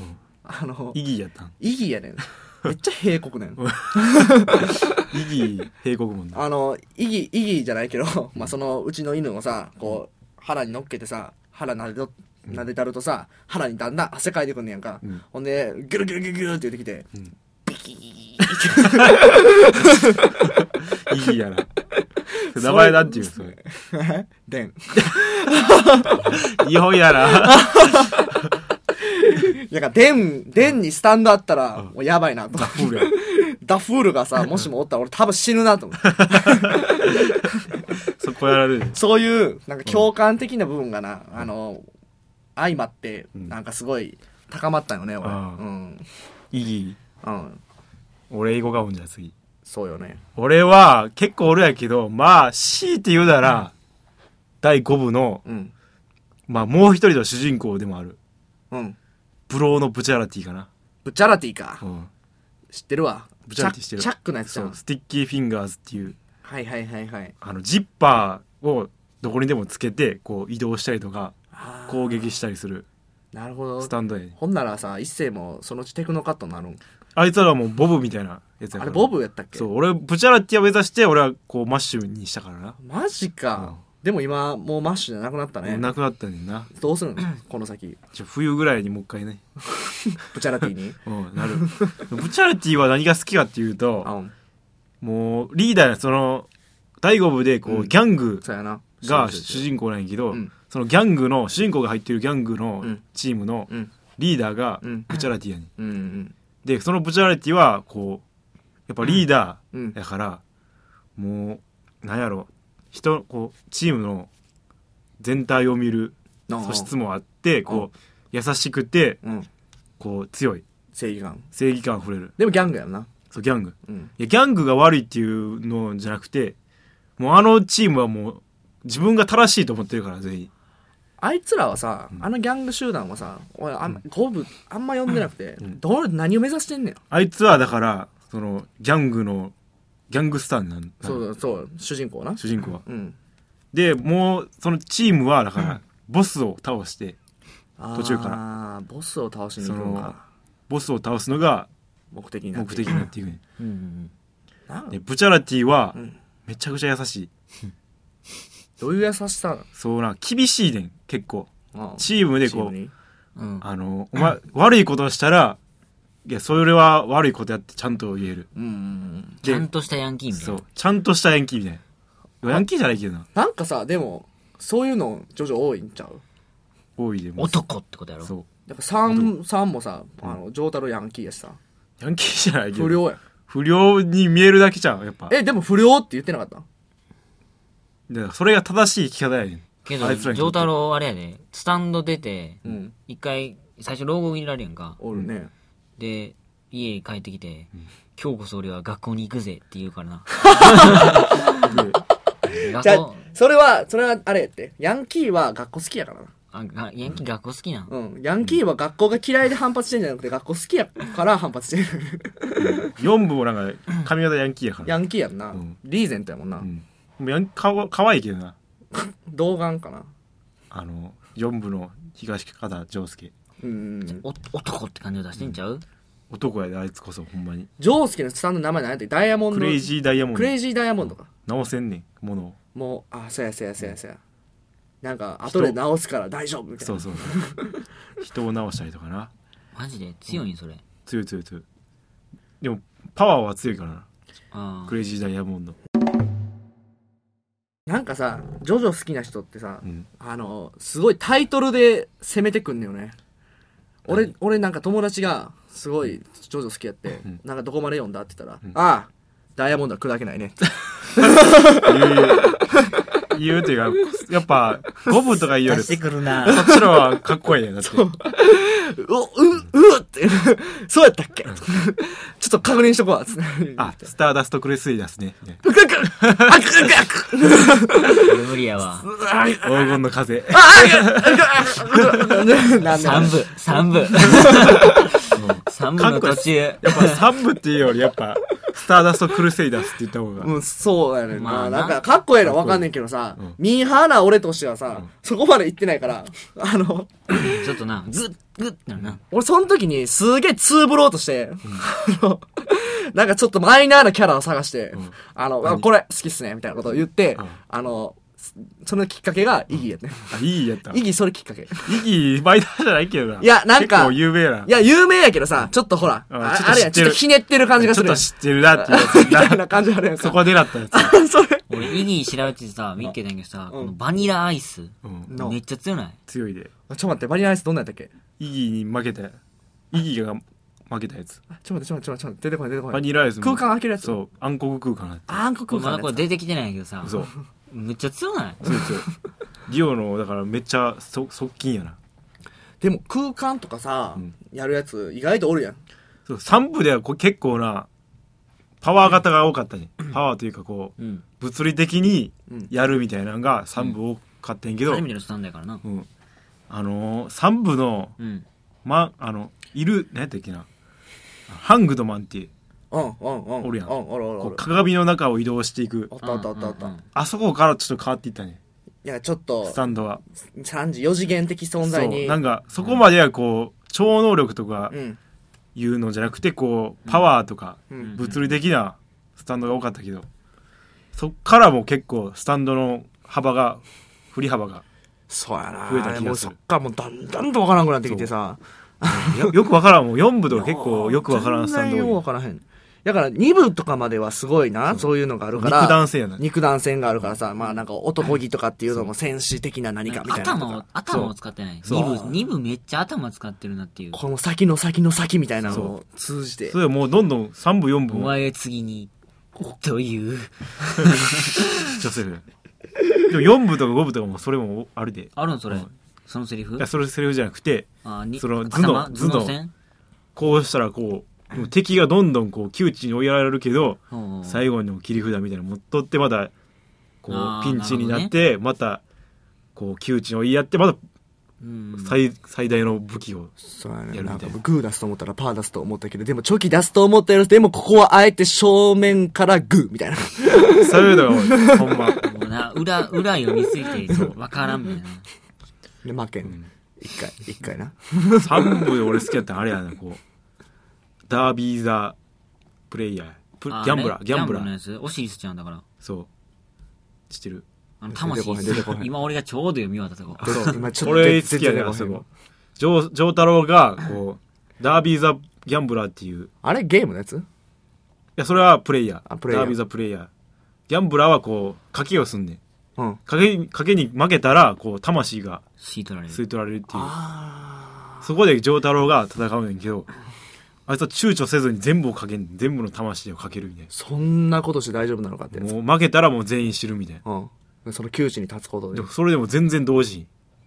D: あの
C: イギーやったん
D: イギーやねんめっちゃ閉国ねん
C: イギー帝国もんな
D: あのイギーイギーじゃないけど、 まあ、そのうちの犬をさこう腹に乗っけてさ腹撫でと撫でたるとさ腹にだんだん汗かいてくんねやんか、
C: うん
D: ほんでギュルギュルギュルギュルって言ってきて、
C: ん
D: ビキーって
C: イギーやなそれ名前なんていうのそれ
D: でん
C: 日本やな
D: なんかでんでんにスタンドあったらもうやばいなと
C: フールや
D: ダフールがさもしもおったら俺多分死ぬなと思って
C: そこやられる
D: そういうなんか共感的な部分がな、あの相まって
C: うん
D: なんかすごい高まったよね俺う
C: あー
D: ん、
C: イギ
D: うん、
C: ー俺英語がおんじゃ次
D: そうよね
C: 俺は結構俺やけどまあ強いて言うなら、第5部の
D: うん
C: まあもう一人の主人公でもある
D: うん
C: ブローのブチャラティかな、
D: ブチャラティか
C: うん、
D: 知ってるわ
C: ブチャラティしてる
D: チャックのやつじゃ
C: そ
D: ん
C: うスティッキーフィンガーズっていう
D: はいはいはいはい
C: あのジッパーをどこにでもつけてこう移動したりとか
D: あー
C: 攻撃したりする
D: なるほど
C: スタンドやね
D: ほんならさ一世もそのうちテクノカットになるん
C: あいつらはもうボブみたいなやつやから
D: あれボブやったっけ
C: そう俺ブチャラティを目指して俺はこうマッシュにしたからな、
D: マジ
C: うん
D: か、でも今もうマッシュじゃなくなった
C: も
D: ね
C: うなくなったねんな
D: どうするのこの先
C: ちょ冬ぐらいにもう一回ね
D: ブチャラテ ィに
C: うんなるブチャラティは何が好きかっていうと
D: あうん
C: もうリーダーやその第5部でこう、
D: うん
C: ギャング
D: そうやな
C: が
D: そうそう
C: 主
D: そう
C: 人公なんやけど、
D: うん
C: そのギャングの主人公が入ってるギャングの
D: うん
C: チームの
D: うん
C: リーダーが
D: うん
C: ブチャラティやねん
D: うんうん
C: でそのブチャラティはこうやっぱリーダ
D: うんうん
C: ーやから、もうなんやろ人こうチームの全体を見る
D: なあ
C: 素質もあってこう優しくて
D: うん
C: こう強い
D: 正義感
C: 正義感あふれる
D: でもギャングやんな
C: そうギャング
D: うん
C: いやギャングが悪いっていうのじゃなくてもうあのチームはもう自分が正しいと思ってるから全員
D: あいつらはさ、あのギャング集団はさ俺あん、ゴブあんま呼んでなくて、どう何を目指してんねん
C: あいつはだからそのギャングのギャングスターになる
D: そうそう主人公な
C: 主人公は
D: うん
C: でもうそのチームはだからボスを倒して途中から
D: らあーボスを倒しに行くのが
C: ボスを倒すのが
D: 目的にな
C: 目
D: って
C: 的になっていくね
B: うんうん
D: なん
C: でブチャラティは
D: うん
C: めちゃくちゃ優しい
D: どういう優しさなの
C: そうな厳しいねん結構
D: ああ
C: チームで
D: チー
C: こ
D: ム
C: う
D: に
B: うん。うん。
C: あの、お前悪いことをしたらいやそれは悪いことやってちゃんと言える
D: うんうんうん
B: ちゃんとしたヤンキーみたい
C: そ
B: な。
C: う。ちゃんとしたヤンキーみたいな。ヤンキーじゃないけどな。
D: なんかさでもそういうの徐々多いんちゃう
C: 多いでも。
B: 男ってことやろ。
C: そう。
D: だからサンサンもさあの丈太郎ヤンキーやしさ
C: ヤンキーじゃないけど。
D: 不。良やん
C: 不良に見えるだけじゃん、やっぱ。
D: えでも不良って言ってなかった
C: だからそれが正しい生き方やねん。
B: けど、
C: あいつらに
B: 丈太郎あれやで、スタンド出て
D: う、ん
B: 一回、最初牢獄にいられるやんか。
D: おるね
B: で、家に帰ってきて、今日こそ俺は学校に行くぜって言うからな。
D: じゃ
B: 学
D: あ
B: 校、
D: それはそれはあれやってヤンキーは学校好きやからな
B: あがヤンキー学校好きなん、
D: うんヤンキーは学校が嫌いで反発してんじゃなくて学校好きやから反発してる
C: 4部もなんか、髪型ヤンキーやから。
D: ヤンキーやんな
C: うん
D: リーゼントやもんな
C: うん。もうヤンかわかわいいけどな。
D: 童顔かな
C: あの、4部の東方丈介。
D: うんうんうん
B: お男って感じを出してんちゃう、
C: 男やで、あいつこそ、ほんまに。
D: ジョースケのスタンドの名前何やったっけダイヤモンド
C: クレイジーダイヤモン
D: クレ
C: ド。
D: イジーダイヤモンドか
C: 直せんねん、ものを。
D: もうあそうやそうやそうやそうやなんか後で直すから大丈夫みたいな
C: そう そう。人を直したりとかな。
B: マジで強いんそれ。
C: 強い強い強い。でも、パワーは強いからな。
B: あ
C: クレイジーダイヤモンド。
D: なんかさジョジョ好きな人ってさ、
C: うん。
D: あのすごいタイトルで攻めてくんのよね俺俺なんか友達がすごいジョジョ好きやって、
C: ん
D: なんかどこまで読んだって言ったら、ああダイヤモンドは砕けないね
C: 言う言うというか、やっぱ、ゴブとか言う
B: あ。
C: より、
B: 出
C: そ
B: して
C: っ
B: くるな。
C: ちのはかっこいいね。だって。
D: うおうううっって、そうやったっけちょっと確認しとこうっつって。
C: あ、スターダストクレスリダスね。ね
D: うくくあくくく
B: 俺無理やわ。
C: 黄金の風。
D: なんだ
B: 三部、三部。 三部の途中。
C: やっぱ三部っていうより、やっぱ、スターダストクルセイダースって言った方が。
D: うん、そうやねんな。
B: まあな
D: なんか、かっこええのはわかんねんけどさ、
C: ん
D: ミーハーな俺としてはさ、そこまで行ってないから、あの、
B: ちょっとな、グッ、グッってなるな。
D: 俺その時にすげえツーブろうとして、あの、なんかちょっとマイナーなキャラを探して、
C: ん
D: あの、あこれ好きっすね、みたいなことを言って、
C: うん
D: あの、そそのきっかけがイギーやね。
C: あ、いいやった。
D: イ
C: イ
D: ギーそれきっかけ。い
C: ギー、マイナーじゃないけどな。
D: いやなんか
C: 結構有名な。
D: や、有名やけどさ、ちょっとほら、
C: うん
D: あ
C: ちょっと
D: あれや、
C: 知
D: ち
C: って
D: ょっ
C: る
D: とひねってる感じが
C: ち
D: す
C: ょっ
D: るや
C: と
D: ん。
C: 知ってるなっていう
D: みた
C: やつな。
D: いな感じあるやんか。
C: そこ狙ったやつ。
D: それ。
B: 俺、イギー調べてさ、見っけたんやけどさ、このバニラアイス。
C: うん。
D: の
B: めっちゃ強ない
C: 強いで。
D: ちょっと待って、バニラアイスどんなんやったっけ
C: イギーに負けた。イギーが負けたやつ。
D: あちょっと待って、ちょっと待って、ちょっと待って、出てこない、出てこな
C: バ
D: い。
C: ニラアイスも
D: 空間開けるやつ
C: そう。暗黒空間だった。
D: 暗黒
B: ま
D: 空
B: だ
D: 間
B: こ
D: の
B: れ
D: や
B: 出
D: つ。
B: てきてないんやけどさ。
C: そう。
B: めっちゃ強ない
C: 強い強い。リオの、だからめっちゃ、そ、側近やな。
D: でも空間とかさ
C: ん、
D: やるやつ意外とおるやん。
C: そう、三部ではこう結構な、パワー型が多かった ね。パワーというかこう、
B: うん。
C: 物理的に
D: うん
C: やるみたいなのが三部多かったんやけど、
B: 初めてのスタンドやからな。
C: うん、あのー、三部の、
B: うん。
C: ま、あの、いる、何やったっけな、ハングドマンっていう、
D: うん、うん、うん。
C: おるやん
D: うん、おるおる
C: こ
D: お
C: う
D: る。
C: 鏡の中を移動していく
D: あっ。たあったあったあった。
B: うん
D: い
B: うんうん
C: あそこからちょっと変わっていったね、
D: や、ちょっと
C: ス、タンドは。
D: 3時、4次元的存
C: そ
D: 在
C: う、
D: に。
C: なんか、そこまではこう、超能力とか
D: うん。
C: いうのじゃなくて、こう、パワーとか、
D: うん
C: 物理的なスタンドが多かったけど、そっからも結構、スタンドの幅が、振り幅が、
D: そうやな。
C: 増えた気がする
D: もうそっからもうだんだんとわからんくなってきてさ。
C: よ よくわからん、もう4部とか結構よくわからんスタン
D: 全然よく
C: ド
D: わ
C: 多い。
D: からへん。だから2部とかまではすごいな、そういうのがあるから。
C: 肉弾戦やな
D: 肉弾戦があるからさ、まあなんか男気とかっていうのも戦士的な何かみたいなのと
B: 頭を
D: か。、
B: 頭を使ってない。
C: そう
B: 二部、二部めっちゃ頭使ってるなっていう。
D: この先の先の先みたいなのを通じて
C: そ。れもうどんどん3部4部
B: お
C: も
B: 前は次に、という。
C: 主張する。でも4部とか5部とかもそれもあるで。い
B: あるのそれ
C: うん。
B: そのセリフ
C: や、それセリフじゃなくて、
B: あ、に
C: その頭脳
B: 頭頭脳戦
C: こうしたらこう、もう敵がどんどんこう窮地に追いやられるけど、
B: うんうん
C: 最後の切り札みたいなの持っとってまだ、こ
B: あ
C: う
B: ー
C: ピンチになって、また、こう窮地に追いやって、まだ
B: うん
C: 最最大の武器を。
D: そうや
C: や
D: ね。
C: る
D: な
C: み
D: ん
C: た
D: か
C: いな
D: グー出すと思ったらパー出すと思ったけど、でもチョキ出すと思ったよでもここはあえて正面からグーみたいな。
C: そういうのが、ほんま。
B: も うな、裏、裏読みすぎて、わからんみたいな。
D: で、負けん。一回、一回な。
C: 3部で俺好きやったのあれやな、こう。ダービーザプレイヤー。プギ
B: あ
C: ャンブラー、
B: ね
C: ギャンブラ
B: の
C: ー。
B: やつオシリスちゃんだから。
C: そう。知ってる。
B: あの、魂
D: 出てこへん出てこへ。ん
B: 今俺がちょうど読み終わったとこ。
D: そう今ちょっと
C: 俺好きやね
D: 全然
C: あ
D: わか
C: そ
D: んない
C: こ。ジョー、ジョー太郎が、こう、ダービーザ・ギャンブラーっていう、い
D: あれゲームのやつ
C: や、それはプレイヤ
D: あ
C: ー。
D: プレイヤー
C: ダービーザ・プレイヤー。ギャンブラーはこう、賭けをすんねん。
D: うん。
C: 賭けに、賭けに負けたら、こう、魂が
B: 吸い取られ
C: 吸
B: る。
C: い取られるっていう。
D: あ
C: そこでジョー太郎が戦うねんけど、あいつは躊躇せずに全部をかけんねん全部の魂をかけるみたい
D: そんなことして大丈夫なのかってや
C: な。
D: つ。
C: もう負けたらもう全員死ぬみたいな。
D: うん。その窮地に立つこと
C: で
D: で
C: も。それでも全然同時に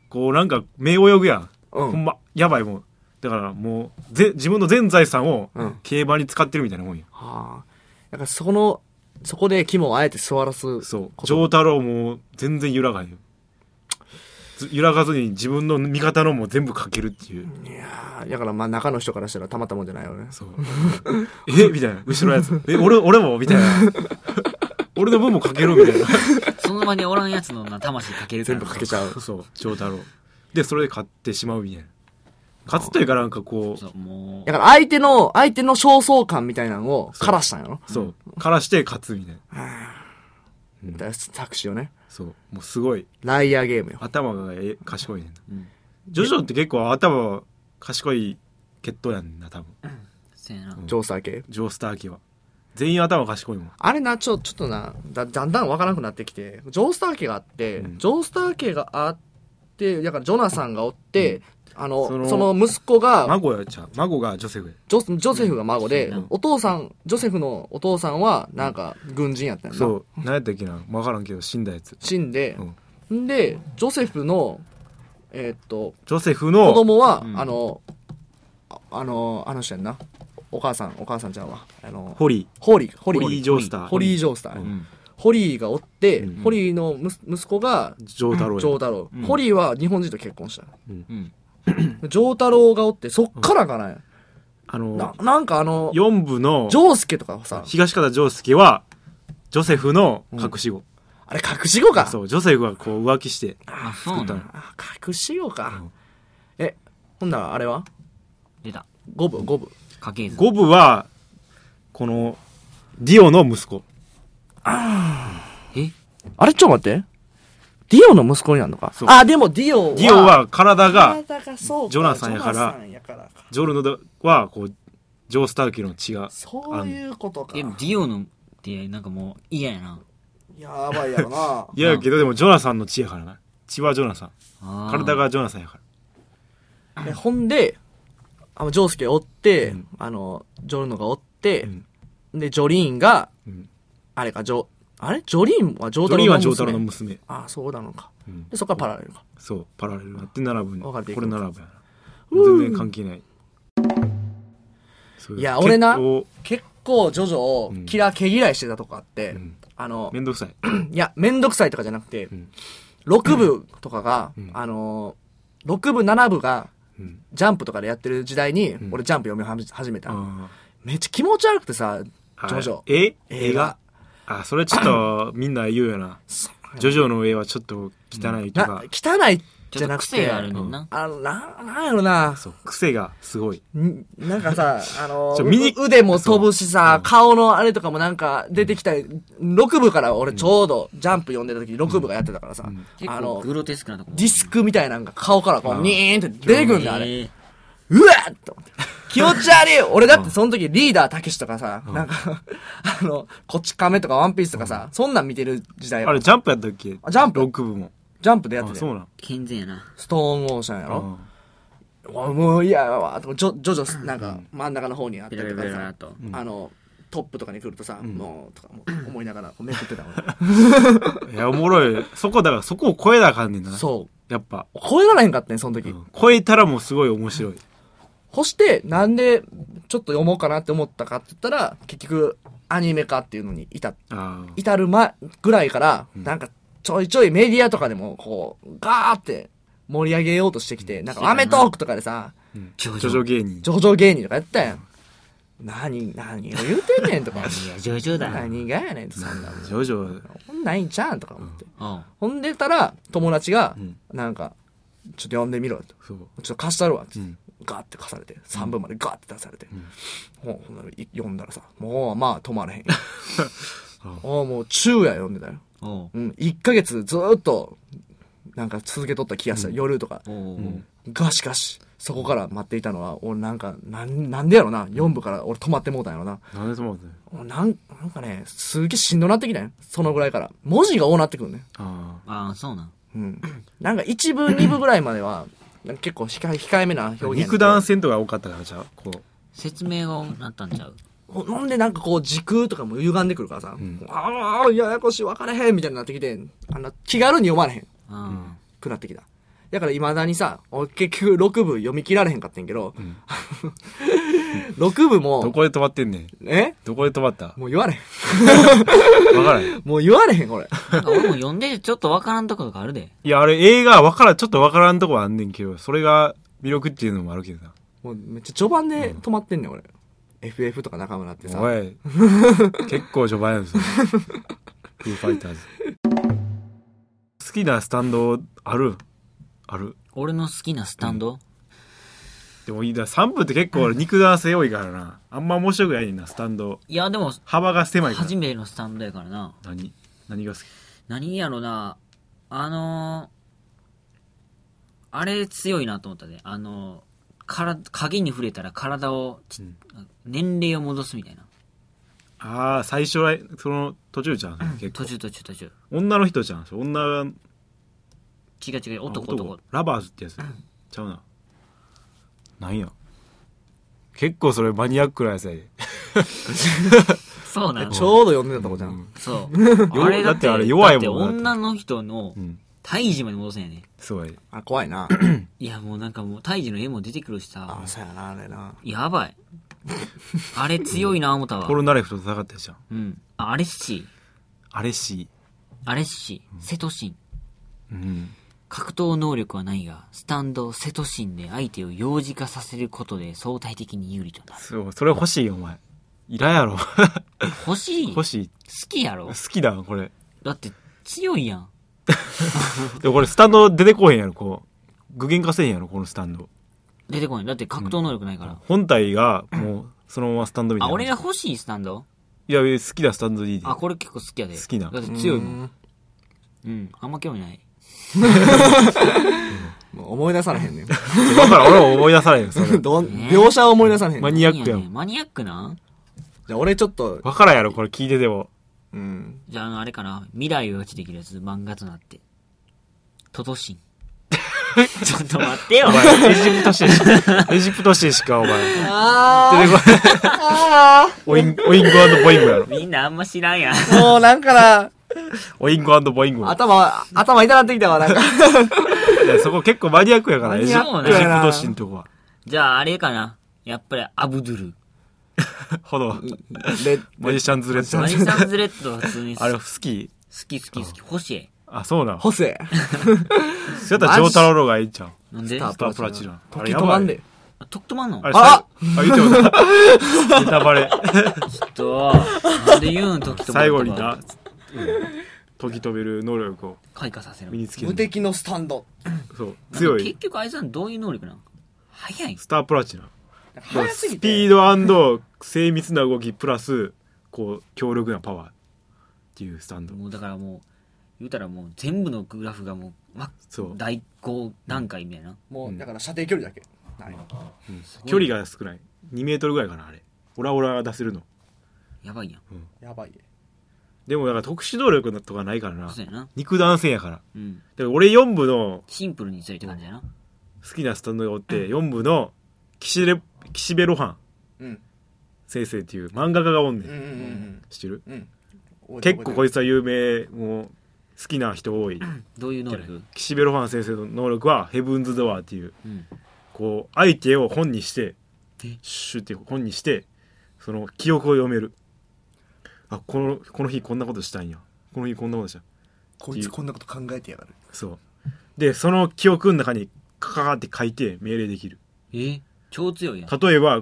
C: こうなんか目泳ぐやん、
D: うん
C: ほんまやばいもうだからもうぜ自分の全財産を
D: うん
C: 競馬に使ってるみたいなもんや、
D: はあ。だからそこの、そこで肝をあえて座らす。
C: そう
D: こと
C: 丈太郎も全然揺らがんよず揺らがずに自分の味方のも全部かけるっていう、
D: いやーだからまあ中の人からしたらたまったもんじゃないよね。
C: そうえ みたいな後ろのやつえ俺俺もみたいな俺の分もかけるみたいな
B: その場におらんやつのな、魂かけるから
D: 全部かけちゃう。
C: そう丈太郎でそれで勝ってしまうみたいな勝つというかなんかこう
B: そう、も
D: だから相手の、相手の焦燥感みたいなのを枯らしたんやろ。
C: そうからして勝つみたいな
D: だから作詞をね。
C: そうもうすごい
D: ライアーゲームよ。
C: 頭がえ賢いねんな、
B: うん
C: ジョジョって結構頭賢い血統やんな多分
B: う、せやな。
D: ジョースター系。
C: ジョースター系は全員頭賢いもん
D: あれな、ちょ、ちょっとな、だ、だんだんわからなくなってきて、ジョースター系があって、
C: うん
D: ジョースター系があって、だからジョナサンがおって、あの
C: そ
D: そ
C: の
D: の、息子が、
C: 孫やちゃう孫がジョセフや
D: ジョ、ジョセフが孫で、
B: うん
D: お父さん、ジョセフのお父さんは、なんか、軍人やったんやな。
C: そう何やったっけな分からんけど死んだやつ
D: 死んで、んで、ジョセフの、えーっと、
C: ジョセフ
D: 子
C: の
D: 供は、
B: うん
D: あの、ああのあの人やんなお母さんお母さんちゃんはあの
C: ホリ
D: ホーリーホ
C: ー
D: リ
C: ホリー・ジョースター
D: ホリー・ジョースター、
C: う
B: うんん。
D: ホリーがおって、
C: うん
D: ホリーのむす息子が
C: ジョー太郎や
D: ジョー太郎、
C: うん
D: ホリーは日本人と結婚した
A: うん。
D: ジョー太郎がおってそっからかね、
C: あ
D: な
C: の
D: なんかあの
C: 4部の
D: ジョースケとかさ
C: 東方丈介はジョセフの隠し子、
D: あれ隠し子か
C: そうジョセフがこう浮気して
B: あ、そう
C: 作
B: な
C: ったの
B: ん
D: あ隠し子か、えほんならあれは
B: 出た。
D: 五部五部
B: 家系図。
C: 5部はこのディオの息子
B: え
D: あれちょっと待ってディオの息子になるのか
C: そう
D: あでもディオは
C: ディオは体が
D: 体がそうか
C: ジョナサンやから
D: ジョナサンやからか
C: ジョルノはこうジョー・スターキの血が
D: そういうことか
B: でも、ディオのって、なんかもう嫌やな。
D: やばいやろな
C: いやけどでもジョナサンの血やからな血はジョナサン
B: あー
C: 体。がジョナサンやから
D: えほんであのジョースケ追って、
C: うん
D: あのジョルノが追って、
C: うん
D: でジョリーンが、
C: うん
D: あれかジョあれジョリーンはジョー
C: ジョ
D: タ
C: リー
D: ロの
C: は
D: 娘
C: ジョー太郎の娘、
D: ああそうなのか
C: うん
D: でそこからパラレルか
C: そうパラレルになって並ぶん
D: 分かれてい
C: こ
D: く
C: れ並ぶやな
D: うー
C: 全然関係ないそう
D: いや俺な
C: 結構
D: 結構ジョジ
C: うん
D: ョキラー毛嫌いしてたとこあって、
C: うん
D: あの
C: めんどくさい
D: いやめんどくさいとかじゃなくて、
C: ん
D: 6部とかが、
C: うん
D: あのー、6部7部が
C: うん
D: ジャンプとかでやってる時代に、
C: ん
D: 俺ジャンプ読みはじ始めた、
C: あ
D: めっちゃ気持ち悪くてさ
C: ー
D: ジョジョ
C: え
D: 映
C: 映
D: 画
C: 画あそれちょっとみんな言うよなジョジョの絵はちょっと汚いと
D: な
C: か
D: 汚い
B: ち
D: じ
B: ょっと
D: ゃなく
B: 癖
D: て
B: があるねんな。
D: あのななんやろな
C: そう癖がすごい
D: んなんか さ、あの
C: ちょ見に
D: う腕も飛ぶし
C: そう
D: さ、
C: うん
D: 顔のあれとかもなんか出てきたり、6部から俺ちょうどジャンプ読んでた時6部がやってたからさ、
C: ん
B: 結
D: あ
B: 構
D: の、
B: グロテスクなとこ。
D: ディスクみたいなんが顔からこ
C: あ
D: う、
C: ー
D: ニーンって出てくるんだよ、あれ。
B: えー
D: うわっと思って。気持ち 悪い俺だってその時リーダーたけしとかさ、なんか、 あの、こち亀とかワンピースとかさ、そんなん見てる時代
C: あれジャンプやったっけ
D: あジャンプ
C: ロック部も
D: ジャンプでやって
C: あ
D: て
C: そうなん
B: 健全やな。
D: ストーンオーシャンやろもうもういやわとかジョジョジョなんか真ん中の方にあっ
B: ペ
D: たり
B: ラペラ
D: と
B: ペ
D: か
B: ラペ
D: さ
B: ラと。
D: あのトップとかに来るとさ、
C: ん
D: もうとかもう思いながらこうめくってたも
C: うんいやおもろいそこだからそこを超えなあかんねんなん
D: そ
C: やっぱ
D: う声がらへんかったねその時、
C: うん超えたらもうすごい面白い
D: そしてなんでちょっと読もうかなって思ったかって言ったら結局アニメ化っていうのに至
C: あー
D: 至る前ぐらいから、なんかちょいちょいメディアとかでもこうガーって盛り上げようとしてきてなん
B: そう
D: か
B: や
D: ア
B: な
D: メトークとかでさ
C: うん
B: ジ
C: ジ
B: ョ
C: ョ
B: ジ
C: ジ
B: ョ
C: ョ芸人
D: 上場芸人とかやったやん何何を言うてんねんとか
B: いや、ジョジョだ。
D: 何がやねんってそんなん
C: ジョジョ
D: こんないんちゃうんとか思って。
B: あ
D: ほんでたら、友達が
C: うん、
D: なんか、ちょっと呼んでみろと。
C: そう
D: ちょっと貸したるわって
C: うん。
D: ガーって貸されて、3分までガーって出されて。ほんほんならい読んだらさ、もうまあ止まれへ ん。おうもう昼夜読んでたよ。
B: あ。おう。
D: うん、1ヶ月ずーっと、なんか続けとった気がした。夜とか。
B: おうおう。
D: ガシガシ。そこから待っていたのは、俺なんか、なん、なんでやろな。4部から俺止まってもうたんやろな。
C: なんでそもね
D: もうなん、なんかね、すげえしんどなってきたんよそのぐらいから。文字が多なってくるね。
C: あ
B: ああ、そうなん。
D: うんなんか一部二部ぐらいまではなんか結構控え控えめな表
C: あ
D: 現
C: 肉弾戦とか多かったからじゃあこう
B: 説明がなったんちゃう
D: ほなんでなんかこう時空とかも歪んでくるからさ、
C: ん
D: ああややこしい分からへんみたいになってきてあの気軽に読まれへん
B: あ
D: くなってきただからいまだにさ俺結局6部読み切られへんかったんやけど、 六6部
C: ど
D: も
C: こで止まってんねん
D: え
C: どこで止まった
D: もう言われへん
C: わからん。
D: もう言われへんこれ
B: あ。なんか俺も読んでてちょっとわからんとこがあるで。
C: いや、あれ映画わからん、ちょっとわからんとこはあんねんけど、それが魅力っていうのもあるけどな。
D: もうめっちゃ序盤で止まってんねん俺 FF とか仲間になってさ
C: おい、結構序盤やんすよ。フーファイターズ。好きなスタンドあるある。
B: 俺の好きなスタンド、
C: でもいいな、3分って結構俺肉弾性多いからな。あんま面白くないねんな、スタンド。
B: いや、でも、
C: 幅が狭いから
B: 初。めてのスタンドやからな。
C: 何何が好き
B: 何やろな。あのー、あれ強いなと思ったで。あのー、から、鍵に触れたら体をち、
C: うん
B: 年齢を戻すみたいな。
C: ああ、最初は、その、途中じゃん、結
B: 途
C: 構。
B: 中途中途中。
C: 女の人じゃん。そう女、
B: 違う違う、男男。
C: ラバーズってやつちゃうななんや結構それマニアックなやつやで
B: そうなの
D: ちょうど読んでたとこじゃん、
B: そう。あれだっ、
C: だってて
B: だ
C: あれ弱い
B: って
C: もんだって
B: 女の人の
C: うん
B: 胎児まで戻せんやね。
C: そうやね
D: あ、怖いな。
B: いや、もうなんかもう胎児の絵も出てくるしさ
D: あ、、そうやな、あれな。
B: やばい。あれ強いな、思ったわ
C: コ。ロナライフと戦ったじゃん
B: うん。あアレッシー、
C: あれし
B: アレッシー、セトシン。
C: うん
B: 格闘能力はないが、スタンド、セトシンで相手を幼児化させることで相対的に有利となる。
C: そうそれ欲しいよお前いらんやろ
B: 欲しい
C: 欲
B: 好
C: しい
B: きやろ
C: 好きだわこれ
B: だって強いやん。
C: でもこれスタンド出てこへんやろこう具現化せへんやろこのスタンド
B: 出てこない。だって格闘能力ないから。
C: 本体がもうそのままスタンドみた
B: あ、
C: いな
B: 俺が欲しいスタンド
C: いやいや好きだスタンドでいいで
B: あ、これ結構好きやで。
C: 好きな
B: だって強いもん。
D: ん。
B: うん。あんま興味ない。
D: もう思い出され へんねん。
C: だから俺は思い出さないよそれ
D: どん、描写を思い出されへんね
C: マ
D: ん。
C: ニアックや
B: いね
C: ん
B: マニアックな
D: じゃあ俺ちょっと、
C: 分からんやろこれ聞いてても
D: うん。
B: じゃああの、あれかな。未来を予知できるやつ、漫画となって。トト シン。ちょっと待ってよ
C: お。前エジプト市エジプト市しかお前
D: あ
C: 出てこ
D: ーあ
C: オインオインゴボインゴやろ
B: みんなあんま知らんやん。
D: ーもうなんかな、
C: オインゴボインゴ
D: 頭、頭痛なってきたわ、なんか。
C: いやそこ結構マニアックやからエジエジプ
B: マニアックや
D: な
C: ト市のとこは
B: じゃああれかな。やっぱりアブドゥル。
C: ほど
D: で、
C: マジシャンズレッ
B: マ
C: ド
B: リサンズレッドは普通に好
C: あれ好
B: き
C: き
B: 好き好き。欲しい。
C: あそうなん
D: ホセ。
C: そうやったら丈太郎がいいじゃん
B: なんで
D: ス
B: あ
C: スタープラチナあれ
D: 時
C: や
D: 止
C: ば
D: ま
C: い
D: んで。
B: トクトマンの
C: あれ
D: あ
C: 最後あ言ってもだネタバレ
B: ちょっと、なんで言うん時と
C: 最後にな、時飛べる能力を
B: 開花させる
C: 身。につけ
D: 無
C: る
D: 敵のスタンド。
C: そう強
B: 結
C: い
B: 局あいつはどういう能力なの早い。
C: スタープラチナ
D: 早すぎ
C: ス
D: て。
C: ピード精密な動きプラスこう強力なパワーっていうスタンド
B: もうだからもう、言うたらもう全部のグラフがもう、ま、
C: そう
B: 大高段階みたいな。
D: もう、だから射程距離だけ。はい
C: 距離が少ない2メートルぐらいかなあれオラオラが出せるの
B: やばいやん。
D: やばいね。
C: でもだから特殊能力とかないからな
B: そうやな。
C: 肉弾戦やからだか
B: うん。
C: ら俺4部の
B: シンプルに強いって感じやな。
C: 好きなスタンドがおって4部の岸レ岸辺露伴
D: うん。
C: 先生っていう漫画家がおんね、
D: うんんうん
C: 知ってる
D: うんうん。
C: 結構こ
D: い
C: いつは有名もう好きな人多い
B: どういう能力
C: 岸辺露伴先生の能力はヘブンズ・ドアーっていう
B: うん。
C: こう相手を本にして
B: え
C: シュッて本にしてその記憶を読めるあこのこの日こんなことしたんやこの日こんなことした
D: こいつこんなこと考えてやがる。
C: そうでその記憶の中にカカカって書いて命令できる
B: え超強いやん。
C: 例えば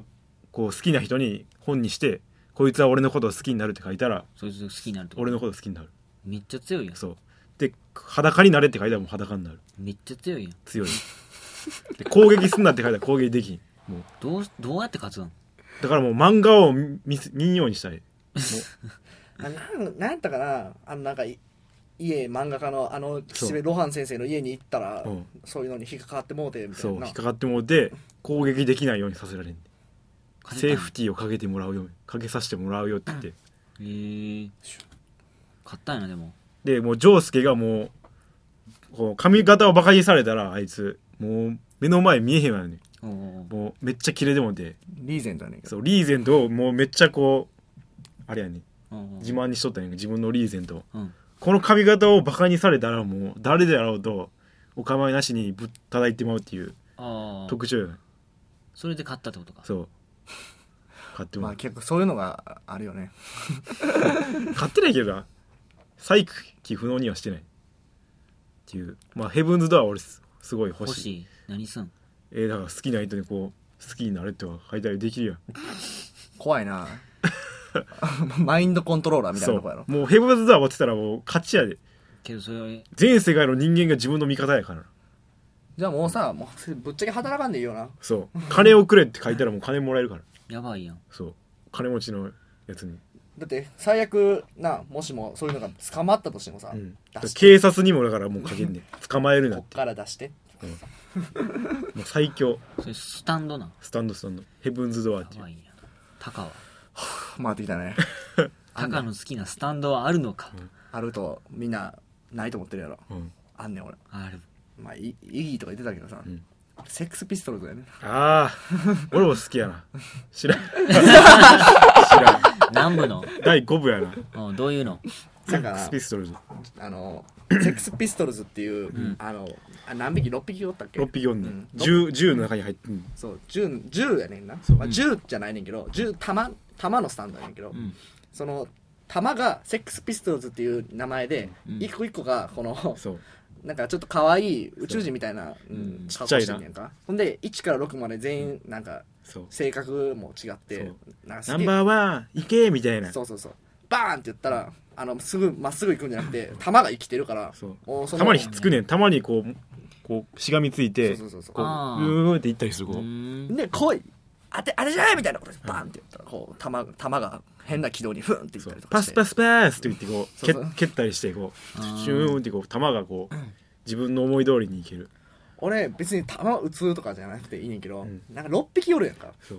C: こう好きな人に本にしてこいつは俺のことを好きになるって書いたら
B: そいつ好きになるってこと
C: 俺のこと好きになる
B: めっちゃ強いやん。
C: そうで裸になれって書いたらもう裸になる
B: めっちゃ強いやん。
C: 強いで攻撃すんなって書いたら攻撃できんもう
B: どう、どうやって勝つん
C: だからもう漫画を見せ見んようにしたい
D: あなんなんやったかなあのなんかい家漫画家のあの岸辺露伴先生の家に行ったら
C: うん
D: そういうのに引っかかってもうてみた
C: そう
D: い
C: 引
D: な
C: っかかってもうて攻撃できないようにさせられん
B: 勝
C: セ
B: て
C: ー
B: たん
C: フティーをかけてもらうよかけさせてもらうよって言って
B: えー、勝ったんやな、でも。
C: でもうジョースケがもうこう髪型をバカにされたらあいつもう目の前見えへんわよね
B: おうおう
C: もうめっちゃキレでもて
D: リーゼントやねんけど
C: そうリーゼントをもうめっちゃこうあれやね
B: おうおう
C: 自慢にしとったんやけど自分のリーゼントを
B: うん。
C: この髪型をバカにされたらもう誰であろうとお構いなしにぶったたいてまうっていう
B: ああ。
C: 特徴やね
B: それで勝ったってことか。
C: そう買っても
D: ま
C: ら
D: あ
C: う
D: 結構そういうのがあるよね
C: 買ってないけどな再起不能にはしてないっていうまあヘブンズ・ドアー俺すすごい欲
B: 欲
C: しい
B: しい。何すん
C: えーだから好きな人にこう好きになれっては書いたりできるやん
D: 怖 いなマインドコントローラーみたいなとこやろ
C: もうヘブンズ・ドアー終わってたらもう勝ちやで
B: けどそれ、
C: 全世界の人間が自分の味方やからな
D: じゃあもうさもうぶっちゃけ働かんでいいよな
C: そう金をくれって書いたらもう金もらえるから
B: やばいやん。
C: そう金持ちのやつに、
D: だって最悪なもしもそういうのが捕まったとしてもさ、
C: うん、だか
D: 出
C: ら
D: して
C: 警察にもだからもうかけんねん捕まえるな
D: こ
C: っ
D: ってから出して
C: もう最強
B: それスタンドなん。
C: スタンドスタンドヘブンズ・ドアーって
B: や
C: いう
B: ばいやん。タカは。
D: 回ってきたね
B: タカの好きなスタンドはあるのか。
D: あるとみんなないと思ってるやろ
C: うん
D: あんねん俺
B: ある。
D: まあイイギーとか言ってたけどさ、
C: ん
D: セックスピストルズやね
C: ああ俺も好きやな知らん
B: 南部の。
C: 第5部やな
B: うんどういうの
D: だから
C: ピストルズ
D: あのセックスピストルズっていう、あのあ何匹6匹おったっけ
C: 6匹おんね
D: うん
C: ん10 10の中に入ってうん
D: そう銃銃やねんな、まあ、銃じゃないねんけど銃弾弾のスタンドやねんけど、
C: ん
D: その弾がセックスピストルズっていう名前で、一個一個がこの
C: そう
D: なんかちょっと可愛い宇宙人みたいな、うん、
C: ちっ
D: 格
C: ちゃい
D: 好
C: な
D: してんねやんかほんで1から6まで全員なんか
C: そう
D: 性格も違って
C: そう
D: なんかす
C: ナ
D: げ
C: ン
D: え
C: バーワン行けみたいな
D: そうそうそうバーンって言ったらあのすぐまっすぐ行くんじゃなくて弾が生きてるから
C: そう
D: もうその
C: たまにひっつくねんたまにこうこうしがみついて
D: そうそうそう
C: こうう
B: あー
C: ーんって行ったりするこ
B: う
C: う
B: ーん
D: で来い当て当てじゃないみたいなことでバーンって言ったらこう弾弾が変な軌道にフンっていっ
C: そ
D: た
C: う
D: りとか
C: パ
D: し
C: ス
D: て
C: パスパスって言ってこう
D: そう
C: 蹴
D: そう
C: 蹴ったりしてこう
B: あー
C: シューンってこう弾がこう自分の思い通りにいける
D: 俺別に弾打つとかじゃなくていいねんけど、
C: ん
D: なんか6匹おるやんか
C: そう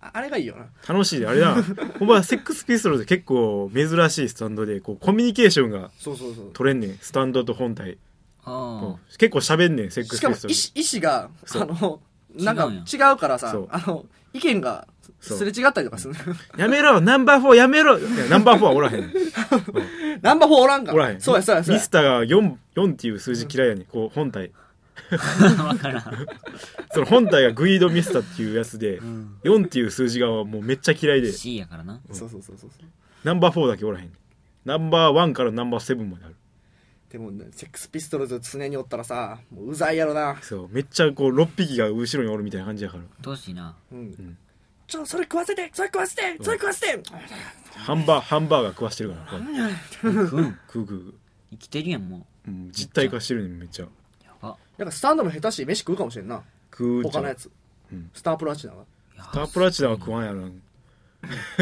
D: ああれがいいよな
C: 楽しいであれ だほんまセックスピストルズ結構珍しいスタンドでこうコミュニケーションが
D: そうそうそう
C: 取れんねんスタンドと本体
B: あ
C: うん結構喋んねんセック
D: し
C: ス
D: か
C: ピ
D: も
C: ストル
D: 意
C: ズ
D: 思意思が
C: そう
D: あのなんか違うからさ
C: そう
D: あの意見が
C: そう
D: すれ違ったりとかする
C: やめろナンバーフォーやめろいやナンバーフォーはおらへん
D: ナンバーフォーおらんか
C: おらへん
D: そうやそうやそ
C: ミ
D: うや
C: スターが 4, 4っていう数字嫌いやねんこう本体
B: あ わからん
C: その本体がグイードミスターっていうやつで、
B: ん
C: 4っていう数字がもうめっちゃ嫌いで
B: C やからな
D: そうそうそうそうそう
C: ナンバー4だけおらへんナンバー1からナンバー7まである
D: でもねセックスピストルズ常におったらさもううざいやろな
C: そうめっちゃこう6匹が後ろにおるみたいな感じやから
B: どうしいな
D: うん、
C: ん
D: ちょそれ食わせてそれ食わせてそれ食わせて、
C: ハンバーハンバーガー食わしてるからこうやって
B: うん
C: グーグー
B: 生きてるやんも
C: うん実体化してるねんめっちゃ
B: うやば
D: なんかスタンドも下手し飯食うかもしれんな
C: 食うじゃ
D: 他
C: ん
D: のやつ、
C: うん
D: スタープラチナが
B: や
C: スタープラチナは食わんやろ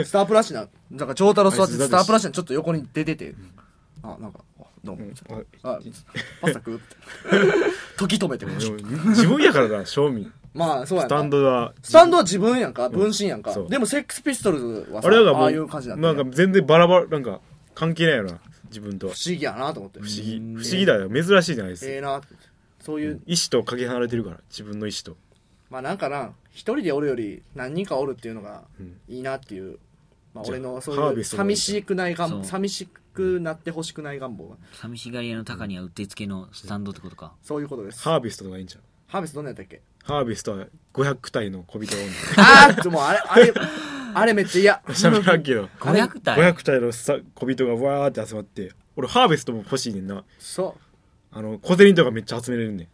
D: スタープラチナなんか丈太郎座って
C: あいつだって
D: スタープラチナちょっと横に出てて、あなんかあどうも、
C: あ
D: あパスタ食うって 時止めてく
C: でも
D: る
C: 自分やからな正味
D: まあそうや
C: ス
D: な
C: タンドは
D: スタンドは自分やんか、分身やんか
C: そ。う
D: でも、セックスピストルズはさ、
C: あれがも
D: あ
C: う
D: あいう感じだった
C: なんか全然バラバラなんか関係ないよな自分とは
D: 不思議やなと思って。不
C: 不思議不思議だよ珍しいじゃないです
D: ええなってそういう、
C: 意思とかけ離れてるから自分の意思と
D: まあなんかな、一人でおるより何人かおるっていうのが
C: うん
D: いいなっていう、まあ
C: じゃあ
D: 俺のそ
C: ハ
D: う
C: ー
D: い
C: ベ
D: う
C: スト
D: 寂しくない願
B: そう
D: 望、寂しくなってほしくない願望が。
B: 寂しがり屋の高にはうってつけのスタンドってことか
D: そういうことです。ハ
C: ハービストとかいいんちゃう
D: ーベストどんなんやったっけ
C: ハービストは500体の小人 を
D: あーっともうあれ、あれ、あれめっちゃ嫌。
C: しゃべらんけど
D: あれ
B: 500体
C: 500体のさ小人がわーって集まって俺ハーベストも欲しいねんな
D: そ
C: あの小銭とかめっちゃ集めれるねん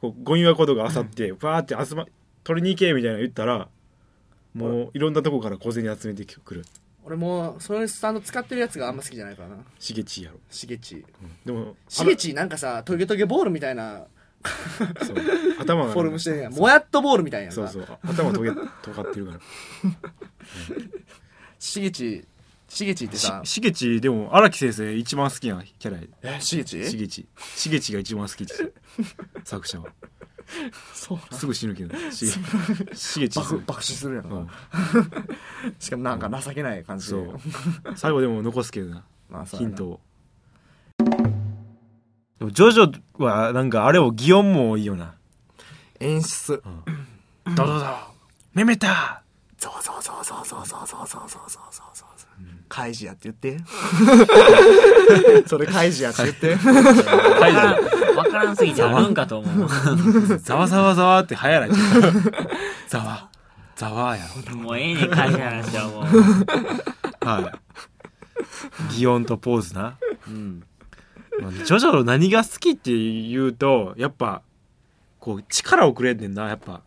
C: こうゴミ箱とかあさってわーって集ま取りに行けみたいなの言ったらもういろんなとこから小銭集めてくる
D: う。俺もう、そういうスタンド使ってるやつがあんま好きじゃないからな。
C: しげちやろ
D: しげち。
C: でも
D: しげちなんかさ、トゲトゲボールみたいな
C: あそう頭が
D: フォルムしてるやん。もやっとボールみたいやんか。
C: そうそう頭とげ尖って るか
D: しげち、しげちってさ
C: ら、しげちでも荒木先生一番好きなキャラや
D: え、しげ
C: し
D: ち
C: げちしげちが一番好きです作者は
D: そう
C: すぐ死ぬけどしげしげち
D: 爆爆死するやん
C: う
D: か
C: ん。
D: しかもなんか情けない感じ
C: そ
D: で。
C: う最後でも残すけどな
D: まあそう
C: ヒ
D: やな
C: ントをでもジョジョはなんかあれを擬音も多いよな
D: 演出。
C: ドドドメメタ
D: そうそうそうそうそうそうそうそうそうそうそうそう。カイジやって言って。それカイジやって 言って。
B: わからんわからんすぎてあるんかと思う
C: ざわざわざわって流行らないざわざわや
B: もうええねん会社の話はも
C: ろはい擬音とポーズな
B: う、うん、
C: ジョジョの何が好きっていうとやっぱこう力をくれんねんなやっぱ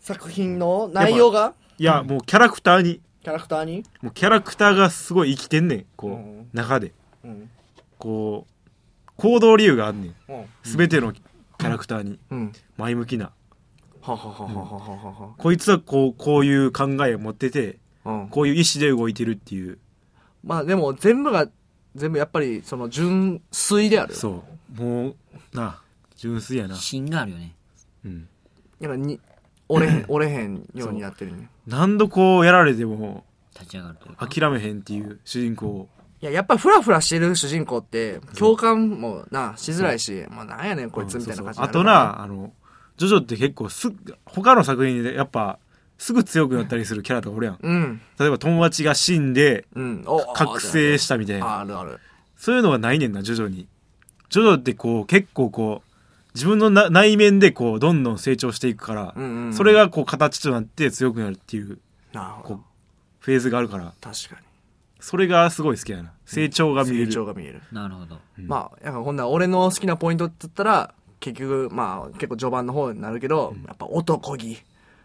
D: 作品の内容が
C: いやもうキャラクターに
D: キャラクターに
C: もうキャラクターがすごい生きてんねんこう、
D: うん
C: 中で
D: うん。
C: こう行動理由があんねん
D: うん。
C: 全てのキャラクターに
D: うん。
C: 前向きな
D: はははははは
C: こいつはこうこういう考えを持ってて
D: は。うん。
C: こういう意思で動いてるっていう
D: まあでも全部が、全部やっぱりその純粋である。
C: そうもうな純粋やな、
B: 芯があるよね
C: うん、
D: なんかに折れへん折れへんようになってるね
C: 何度こうやられても
B: 立ち上がるというか
C: 諦めへんっていう主人公を
D: いややっぱりフラフラしてる主人公って共感もなしづらいし、まあなんやねんこいつみたいな感じ
C: あとなあのジョジョって結構す他の作品でやっぱすぐ強くなったりするキャラとかおるやん
D: うん
C: 例えば友達が死んで
D: うんお
C: 覚醒したみたいな
D: ああるある
C: そういうのがないねんな徐々に徐々ってこう結構こう自分のな内面でこうどんどん成長していくから、
D: うんうんうん
C: それがこう形となって強くなるっていう
D: なるほ
C: こう
D: ど
C: フェーズがあるから
D: 確かに
C: それがすごい好きやな成長が見え
D: 成
C: る、
D: 長が見える
B: なるほど。
C: うん
D: まあ、なんかこんな俺の好きなポイントって言ったら、結局、まあ、結構序盤の方になるけど、やっぱ男気、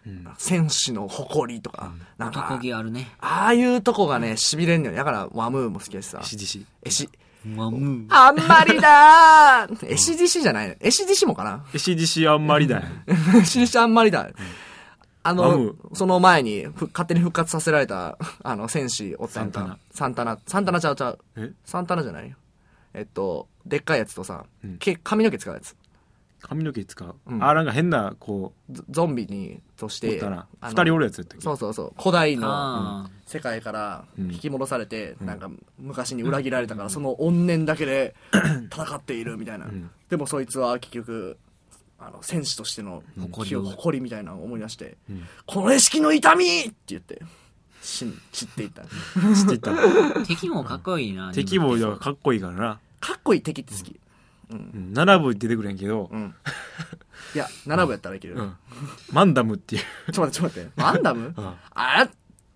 C: うん
D: 戦士の誇りとか、なん
B: 男
D: か、
B: 気あるね。
D: ああいうとこがね、痺れんのよ。だから、ワムーも好きやしさ。
C: CDC
D: えし、
B: まあ、うん。
D: あんまりだーえしじしじゃないのえしじしもかな
C: CDC あんまりだよ
D: えしじしあんまりだ。あ
C: ワ
D: の
C: ム、
D: その前にふ、勝手に復活させられた、あの、戦士おったやんか。サンタナ。サンタナちゃうちゃう。
C: え
D: サンタナじゃないよ。えっと、でっかいやつとさ、
C: うん
D: け髪の毛使うやつ。
C: 髪の毛使う、
D: うん
C: あーなんか変なこう
D: ゾゾンビにとし
C: おってたな
D: あの
C: 2人おるやつやったっけ
D: そうそうそう古代の
B: あ
D: 世界から
C: うん
D: 引き戻されて、なんか昔に裏切られたから、その怨念だけ で戦っているみたいな、
C: ん
D: でもそいつは結局あの戦士としての
B: 誇り
D: 記
B: を
D: 憶誇りみたいなのを思い出して、
C: ん
D: この屋敷の痛みって言って死ん散っていったか
C: 知っていた
B: あ。敵もかっこいいな。
C: 敵もだからかっこいいからな、
D: っこいい敵って好き
C: うん、7部出てくるんやけど、
D: うん、いや7部やったらいける、
C: うんマンダムっていう、
D: ちょっと待ってちょっと待ってマンダム、
C: うん
D: あ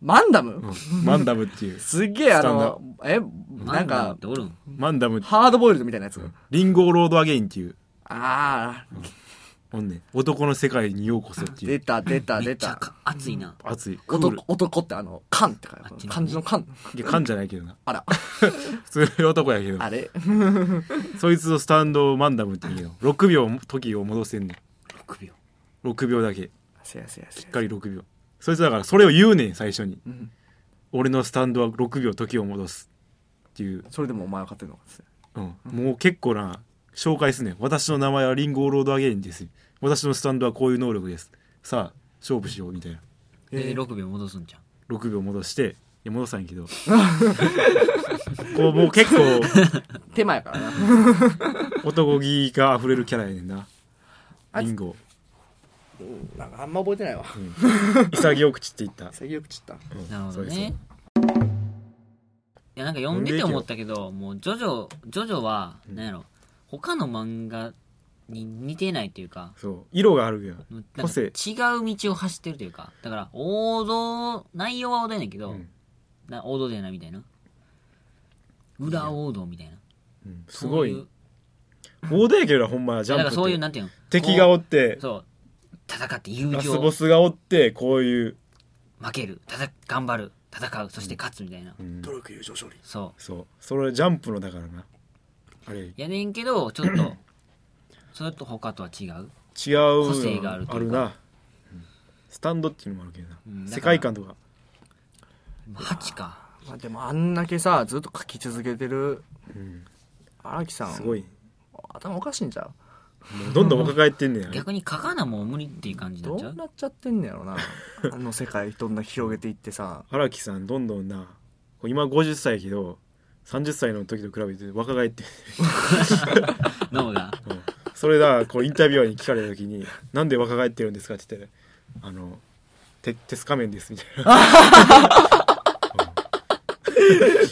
D: マンダム、
C: マンダムっていう
D: すっげえあ
C: スタン
D: のえ
B: な
D: なんん
B: か
D: か。
B: おるん
C: マンダム
D: ハードボイルドみたいなやつ、
C: リンゴロードアゲインっていう
D: ああ、
C: おんねん男の世界にようこそってい
D: 出
C: う
D: た出た
B: め
D: 出
B: っちゃ
D: た。
B: か熱いな。
C: 熱いクール
D: 男男ってあの、缶って書い
B: ち
D: て
B: の
D: 漢字の缶。
C: いや缶じゃないけどな
D: あら、
C: 普通の男やけど
D: あれ
C: そいつのスタンドをマンダムって言うけど6秒時を戻せんね
B: 6秒。
C: ん6秒だけ
D: せやせやせ
C: しっ
D: や。
C: かり6秒そいつだからそれを言うねん最初に、
D: ん
C: 俺のスタンドは6秒時を戻すっていう、
D: それでもお前は勝てるのかっつって
C: うんもう結構な紹介すんねん私の名前はリンゴロードアゲインです私のスタンドはこういう能力ですさあ勝負しようみたいな
B: で、6秒戻すんじゃん。
C: 6秒戻していや戻さんけど こうもう結構
D: 手前やからな。
C: 男気が溢れるキャラやねんな
D: あいつ
C: リンゴ
D: なんかあんま覚えてないわ。
C: 潔く散っていった、
D: 潔く散った。
C: うん
B: なるほど
C: そうです
B: ね。いや、なんか読んでて思ったけど、もう、ジョジョ、ジョジョは、なんやろ、他の漫画に似てないっていうか、
C: そう色があるやん
B: なんか
C: 個性
B: 違う道を走ってるというか、だから、王道、内容は王道やねんけど、
C: うん
B: な王道じゃないみたいな。裏王道みたいな。
C: うんすご
B: そうう
C: い大手やけどなほんまジ
B: いや
C: ャ
B: だ
C: ン
B: か
C: プ
B: らそういう、
C: って
B: なんていうの
C: 敵がお
B: っ
C: って
B: そう。戦って友
C: ラス
B: 情
C: ボ、スがおってこういう、
B: 負ける、戦頑張る、戦う、そして勝つみたいな。
C: うん
D: 努力優勝勝利。
B: そう。
C: そうそれジャンプのだからなあれ違う
B: やねんけどちょっと それと他とは違う、個性があると
C: あ
B: いう
C: る
B: か
C: な、うんスタンドっていうのもあるけどな、
B: うんだから
C: 世界観とか
B: 8か
D: まあでもあんだけさ、ずっと書き続けてる
C: ん
D: 荒木さん。
C: すごい、
D: 頭おかしいんちゃう
C: もうどんどん若返ってんねんあれ
B: 逆に書かなもう無理っていう感じにな
D: ど
B: っちゃ
D: う
B: う
D: なっちゃってんねやろな。あの世界どんな広げていってさ。
C: 荒木さんどんどんなこう今50歳やけど30歳の時と比べて若返って
B: 脳が
C: うんそれだこうインタビュアーに聞かれた時 に「なんで若返ってるんですか?」って言ったら「あのてテスカメンです」みたいな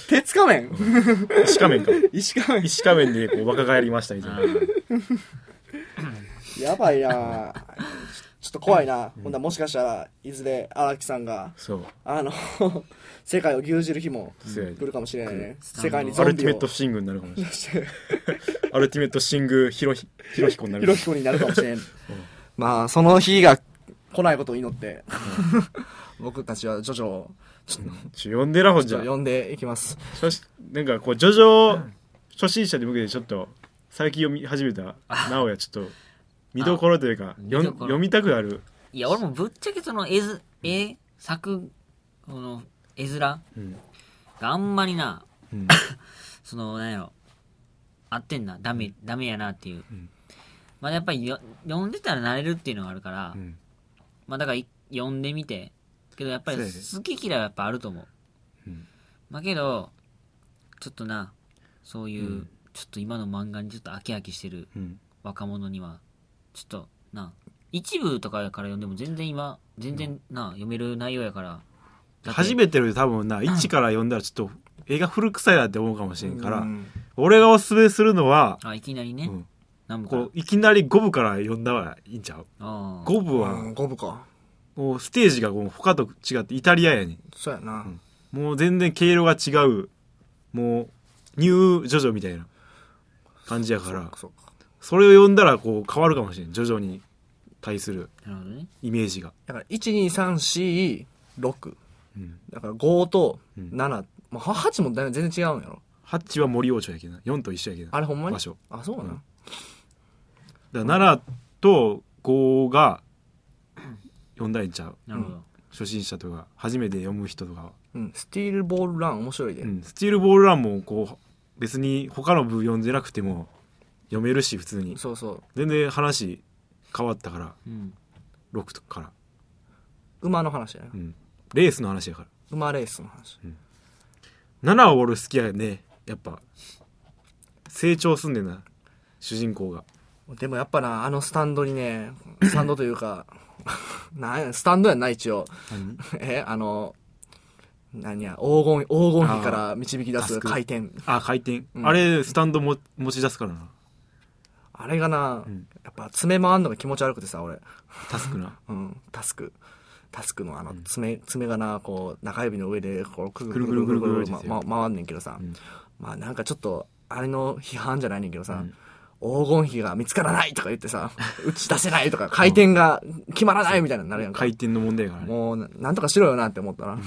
D: 鉄仮面
C: 「石仮面か
D: 石仮面
C: 石仮面でこう若返りました」みたい
B: あ
C: な
B: ー
D: やばいなちょっと怖いな。ほんならもしかしたら、いずれ荒木さんが。
C: そう
D: あの 世界を牛耳る日も
C: そうや
D: 来るかもしれないね
B: うん
D: 世界に
C: ア
D: ゾ
C: ル
D: ン
C: テ
D: ビ
C: ィメ
D: を
C: ットシングになるかもしれない
D: 出して
C: アルティメットシングヒロヒヒロヒコにな
D: ひ
C: る
D: ろひこになるかもしれんまあその日が来ないことを祈って、 僕たちはジョジョをちょっと
C: ちょ呼んでらほん
D: ち
C: じ
D: ょ
C: ゃ
D: っと呼んでいきます
C: そしなんかこうジョジョ初心者で向けてちょっと最近読み始めた直哉ちょっと見どころというか
B: 見
C: よん
B: どころ
C: 読みたくなる
B: いや俺もぶっちゃけその絵ず絵作この絵面が
C: うん
B: あんまりな
C: うん
B: そのなんやろ合ってんなダメダメやなっていう、
C: ん
B: まあやっぱりよ読んでたら慣れるっていうのがあるから、
C: うん
B: まあだからい読んでみてけどやっぱり
C: そうやで
B: 好き嫌いはやっぱあると思う、
C: うん
B: まあけどちょっとなそういう、
C: うん
B: ちょっと今の漫画にちょっと飽き飽きしてる
C: うん
B: 若者にはちょっとな一部とかから読んでも全然今全然な、読める内容やからだって
C: 初めてので多分な1から読んだらちょっと映画古臭いなって思うかもしれんから、
D: うん
C: 俺がおすすめするのは、
B: あいきなりね、
C: うん
B: 何部か
C: こういきなり五部から読んだはいいんちゃう
B: あー
C: 五部は、
D: うん五分か
C: もうステージがもう他と違ってイタリアやねん
D: そうやな、
C: んもう全然毛色が違うもうニュージョジョみたいな感じやか
D: そ
C: ら
D: っかそっか
C: それを読んだらこう変わるかもしれんジョジョに対する
B: なるほどね
C: イメージが
D: だから12346
C: うん
D: だから5と
C: うん
D: 7、まあ、8もだいぶ全然違うんやろ
C: 8は森王朝やけどな4と一緒やけどな
D: あれほんまに
C: 場所
D: あそうなの、
C: うんだから7と5が読んだらいいんちゃう
B: なるほど、
C: 初心者とか初めて読む人とかは、
D: うん、スティールボールラン面白いで、
C: うん、スチールボールランもこう別に他の部読んでなくても読めるし普通に
D: そうそう
C: 全然話変わったから
B: うん
C: 6とかから、
D: 馬の話やな、
C: うん、レースの話やか
D: 馬レースの話
C: ら7は俺好きやねやっぱ成長すんねんな主人公が
D: でもやっぱなあのスタンドにねスタンドというか なんやスタンドやんな一応 えあの何や黄金黄金比から導き出
C: あ
D: す
C: ー
D: 回転
C: あ回転、
D: うん
C: あれスタンドも持ち出すからな
D: あれがな、
C: ん
D: やっぱ爪回んのが気持ち悪くてさ俺
C: タスクな
D: うん、タスク。タスクのあの爪、爪がな、こう、中指の上で、こう、くるくるくるくるくる
C: くるくるくるくる
D: ま
C: ですよ
D: ま、回んねんけどさ、
C: ん
D: まあなんかちょっと、あれの批判じゃないねんけどさ、
C: ん
D: 黄金比が見つからないとか言ってさ、打ち出せないとか、回転が決まらないみたいなのになるやんか。
C: 回転の問題やからね
D: もうな、なんとかしろよなって思ったな。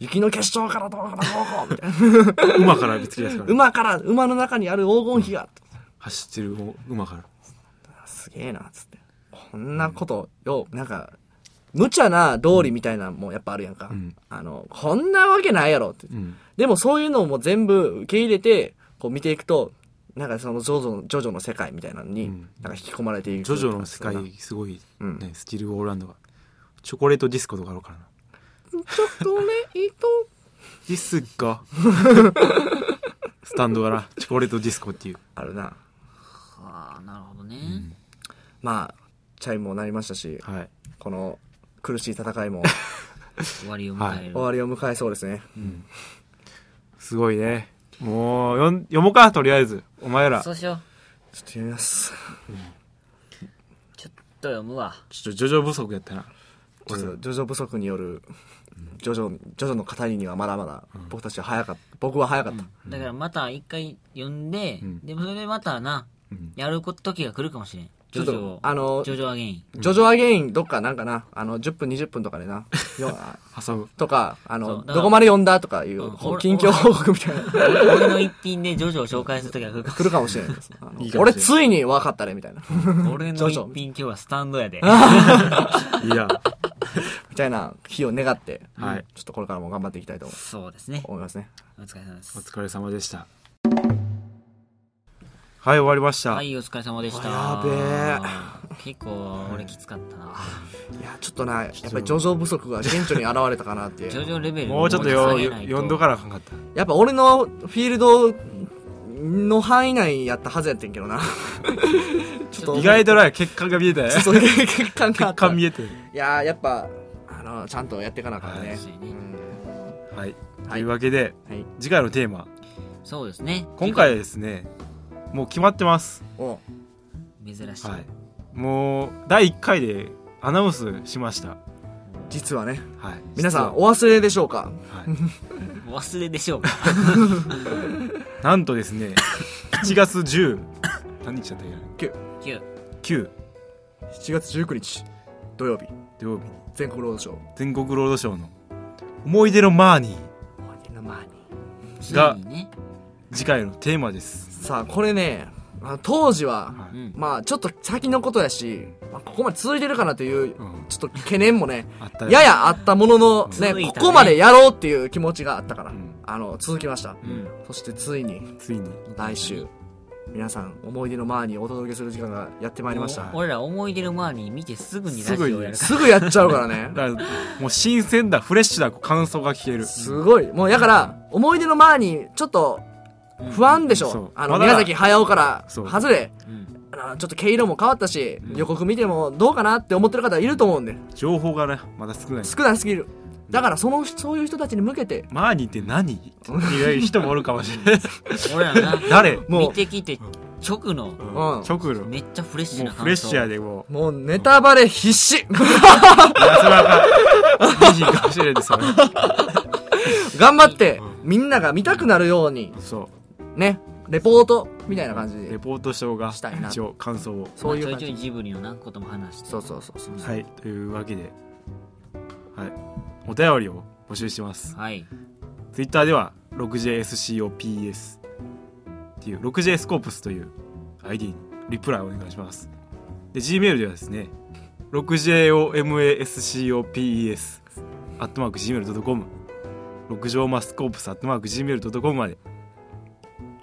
D: 雪の結晶からどうこうからどうこうみたいな。
C: 馬からぶつけ出すから、
D: 馬から、馬の中にある黄金比が、
C: 走ってる馬から
D: すげえな、つって。こんなこと、よう、なんか、無茶な道理みたいなのもやっぱあるやんか。
C: ん
D: あの、こんなわけないやろって。
C: うん
D: でもそういうのも全部受け入れて、こう見ていくと、なんかそのジョジョの、ジョジョの世界みたいなのに、
C: うん
D: なんか引き込まれていく。
C: ジョジョの世界すごい、ね
D: うん
C: スチールオーランドがチョコレートディスコとかあるからな
D: ちょっとね、いいと。
C: ディス コスタンドがなチョコレートディスコっていう
D: あるな。
B: はあなるほどね、
D: まあ、チャイムもなりましたし、
C: はい
D: この苦しい戦いも
B: 終わりを迎える、
D: 終わりを迎えそうですね。
C: すごいねもうよん読もうかとりあえずお前らち
B: そ
C: ょ
B: うしよう
D: ちょっと読みます。
B: ちょっと読むわ
C: っとジョジョ不足やったな
D: ちょっとジョジョ不足による、ジョジョ、ジョジョの語りにはまだまだ、僕たちは早かった。僕は早かった。
B: だからまた一回読んで、
C: ん
B: でもそれでまたな、
C: うん
B: やること時が来るかもしれん
D: ちょっ
B: 徐々
D: と、あの、
B: ジョジョアゲイン。
D: ジョジョアゲイン、どっかなんかな、あの、10分、20分とかでな、よ
C: 挟む
D: とか、
B: そ
D: あ
B: う
D: の、
B: だから
D: どこまで読んだとかいうう、
B: ん
D: ほ
B: 俺
D: 近況報告みたいな、
B: 俺の一品でジョジョを紹介するときは来る か
D: 来るかもしれないです。あの
C: いいかもしれ
D: 俺、
C: ん
D: ついに分かったね、みたいな。
B: 俺
D: ジ
B: の
D: ョ
B: 一
D: ジョ
B: 品今日はスタンドやで。
C: いや
D: みたいな日を願って、
C: はい
D: ちょっとこれからも頑張っていきたいと
B: そうですね。
D: 思いますね。
B: お疲れ様で
C: お
B: す。
C: 疲れ様でしたはい終わりました、
B: はい、お疲れ様でした。
D: やべ
B: べえ。結構俺きつかったな。
D: いや、ちょっとな、やっぱりジョジョ不足が顕著に現れたかなって い
B: ジョ
D: う。
B: ジョレベル
C: もうちょっとよ
B: 下げない
C: 読んどからあかんかった
D: やっぱ俺のフィールドの範囲内やったはずやってんけどな。 ちょっと、
C: 意外とな結果が見えたよ
D: そういう結果があ
C: 結
D: った
C: 果。見えてる
D: いやーやっぱあのちゃんとやっていかなあかんね、
B: はい
D: うん
C: はい、というわけで、
D: はい
C: 次回のテーマ
B: そうですね。
C: 今回ですねもう決まってます、
D: お
B: 珍しい。
C: はい、もう第1回でアナウンスしました、
D: 実はね
C: はい、
D: 皆さ
C: 実
D: ん
C: は
D: お忘れでしょうか
C: はい、
B: 忘れでしょうか。
C: なんとですね7月10何日だったっ
B: 9
C: け9
D: 7月19日土曜日
C: 土曜日に
D: 全国ロードショー
C: 全国ロードショーの思い出のマーニーが
B: ついにね。
C: 次回のテーマです、
D: さあこれねあ当時は、
C: は
B: う
C: い
B: ん。
D: まあちょっと先のことやし、まあ、ここまで続いてるかなという、
C: うん
D: ちょっと懸念もね
C: あったよ
D: ややあったものの、
B: 続い
D: ね
B: たね
D: ここまでやろうっていう気持ちがあったから、
C: うん
D: あの続きました、
B: うん
D: そしてついに
C: ついに
D: 来週皆さん思い出のマーニーをお届けする時間がやってまいりました
B: お俺ら思い出の周りに見てすぐにラジオやるか
D: すぐやっちゃうからね
C: だから もう新鮮だフレッシュな感想が聞ける
D: すごい。もう、だから、思い出の前に、ちょっと、
B: ら。
D: 不安でし
C: そ
D: ょ
C: う。
D: あの、
C: まだ
D: 宮崎駿から、
C: そう
D: 外れ。
B: うん。
D: あのちょっと毛色も変わったし、予告見てもどうかなって思ってる方いると思うんで、
C: 情報がねまだ少ない
D: 少なすぎる。だからそのそういう人たちに向けて
C: マーニーって何っていう人もおるかもし れない
B: 俺らな
C: 誰
D: も
B: 見てきて直の
C: う
D: うん
C: ん極路も
B: めっちゃフレッシュ
C: う
B: な感想
C: フレッシュやでも
D: うもうネタバレ必 至
C: うなかなか美人かもしれないですよ ね
D: 頑張ってみんなが見たくなるように
C: そ
D: ねレポートみたいな感じ
C: うレ
D: で
C: ポートしようが
D: したいな
C: 一応感想を
D: そういう
B: まあ
D: 感
B: ちょい
D: じ
B: ちょいジブリのなことも話して
D: そうそうそうそう
C: はいというわけではいお便りを募集してます
B: はい
C: ツイッターでは 6JSCOPS っていう 6J スコープスという ID にリプライをお願いしますで Gmail ではですね 6JOMASCOPES アットマーク Gmail.com 6畳マスコープスアットマーク Gmail.com まで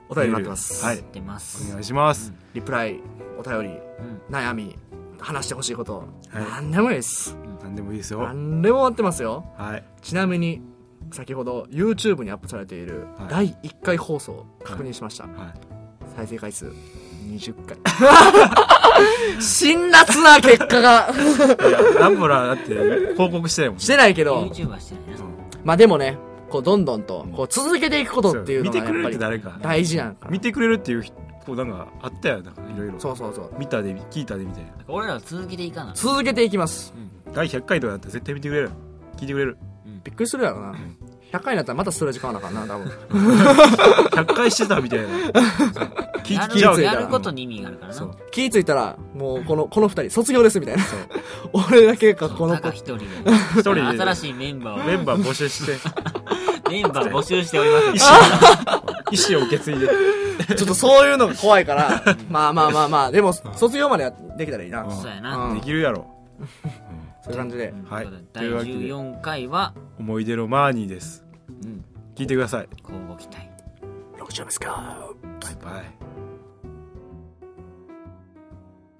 D: お便り待ってます、
C: はい
B: 出ま
C: お
B: す
C: 願いします、
D: リプライお便り
B: うん
D: 悩み話してほしいこと、
C: はい
D: 何でもいいです
C: 何でもいいですよは
D: 何でも待ってますよ
C: い
D: ちなみに先ほど YouTube にアップされている
C: はい
D: 第1回放送確認しました、
C: はい
D: 再生回数20回辛辣な結果が
C: いやランボラーだって報告してないもん
D: してないけど
B: YouTube はしてないな
D: まあでもねこうどんどんとこう続けていくことっていう
C: 見
D: のが
C: て
D: や
C: くれるって
D: っぱり
C: 誰か
D: 大事なんかな
C: 見てくれるっていう人こうなんかあったよなんかいろいろ
D: そうそうそう
C: 見たで聞いたでみたいな
B: 俺らは続けていかな
D: 続けていきます
C: 第100回とかだったら絶対見てくれる聞いてくれる
D: びっくりするやろな100回になったらまたストレージ買わなあかんな多分
C: 100回してたみたいな聞い
B: や
C: 聞いちゃう
B: る
C: みた
B: や
C: いな
B: ることに意味があるから
C: そう
B: な
D: 気ぃついたらもうこのこの2人卒業ですみたいな 俺だけかこの
B: た
D: 子
B: か一人で
C: 一人で
B: 新しいメンバーを
C: メンバー募集 して
B: メンバー募集しております
C: 意思を意思を受け継いで
D: ちょっとそういうのが怖いから、まあまあまあまあ、でも、卒業まではできたらいいな。
C: うん
D: そ
B: そうや
D: う
B: なん
C: できるやろ
D: ういう感じで。
C: はい
B: とうこと
C: と
B: で
C: いうわ
B: 第
C: けで
B: 14回は
C: 思い出のマーニーです
B: うん
C: 聞いてください
B: 交互期待
D: 6畳ですか。
C: バイバイ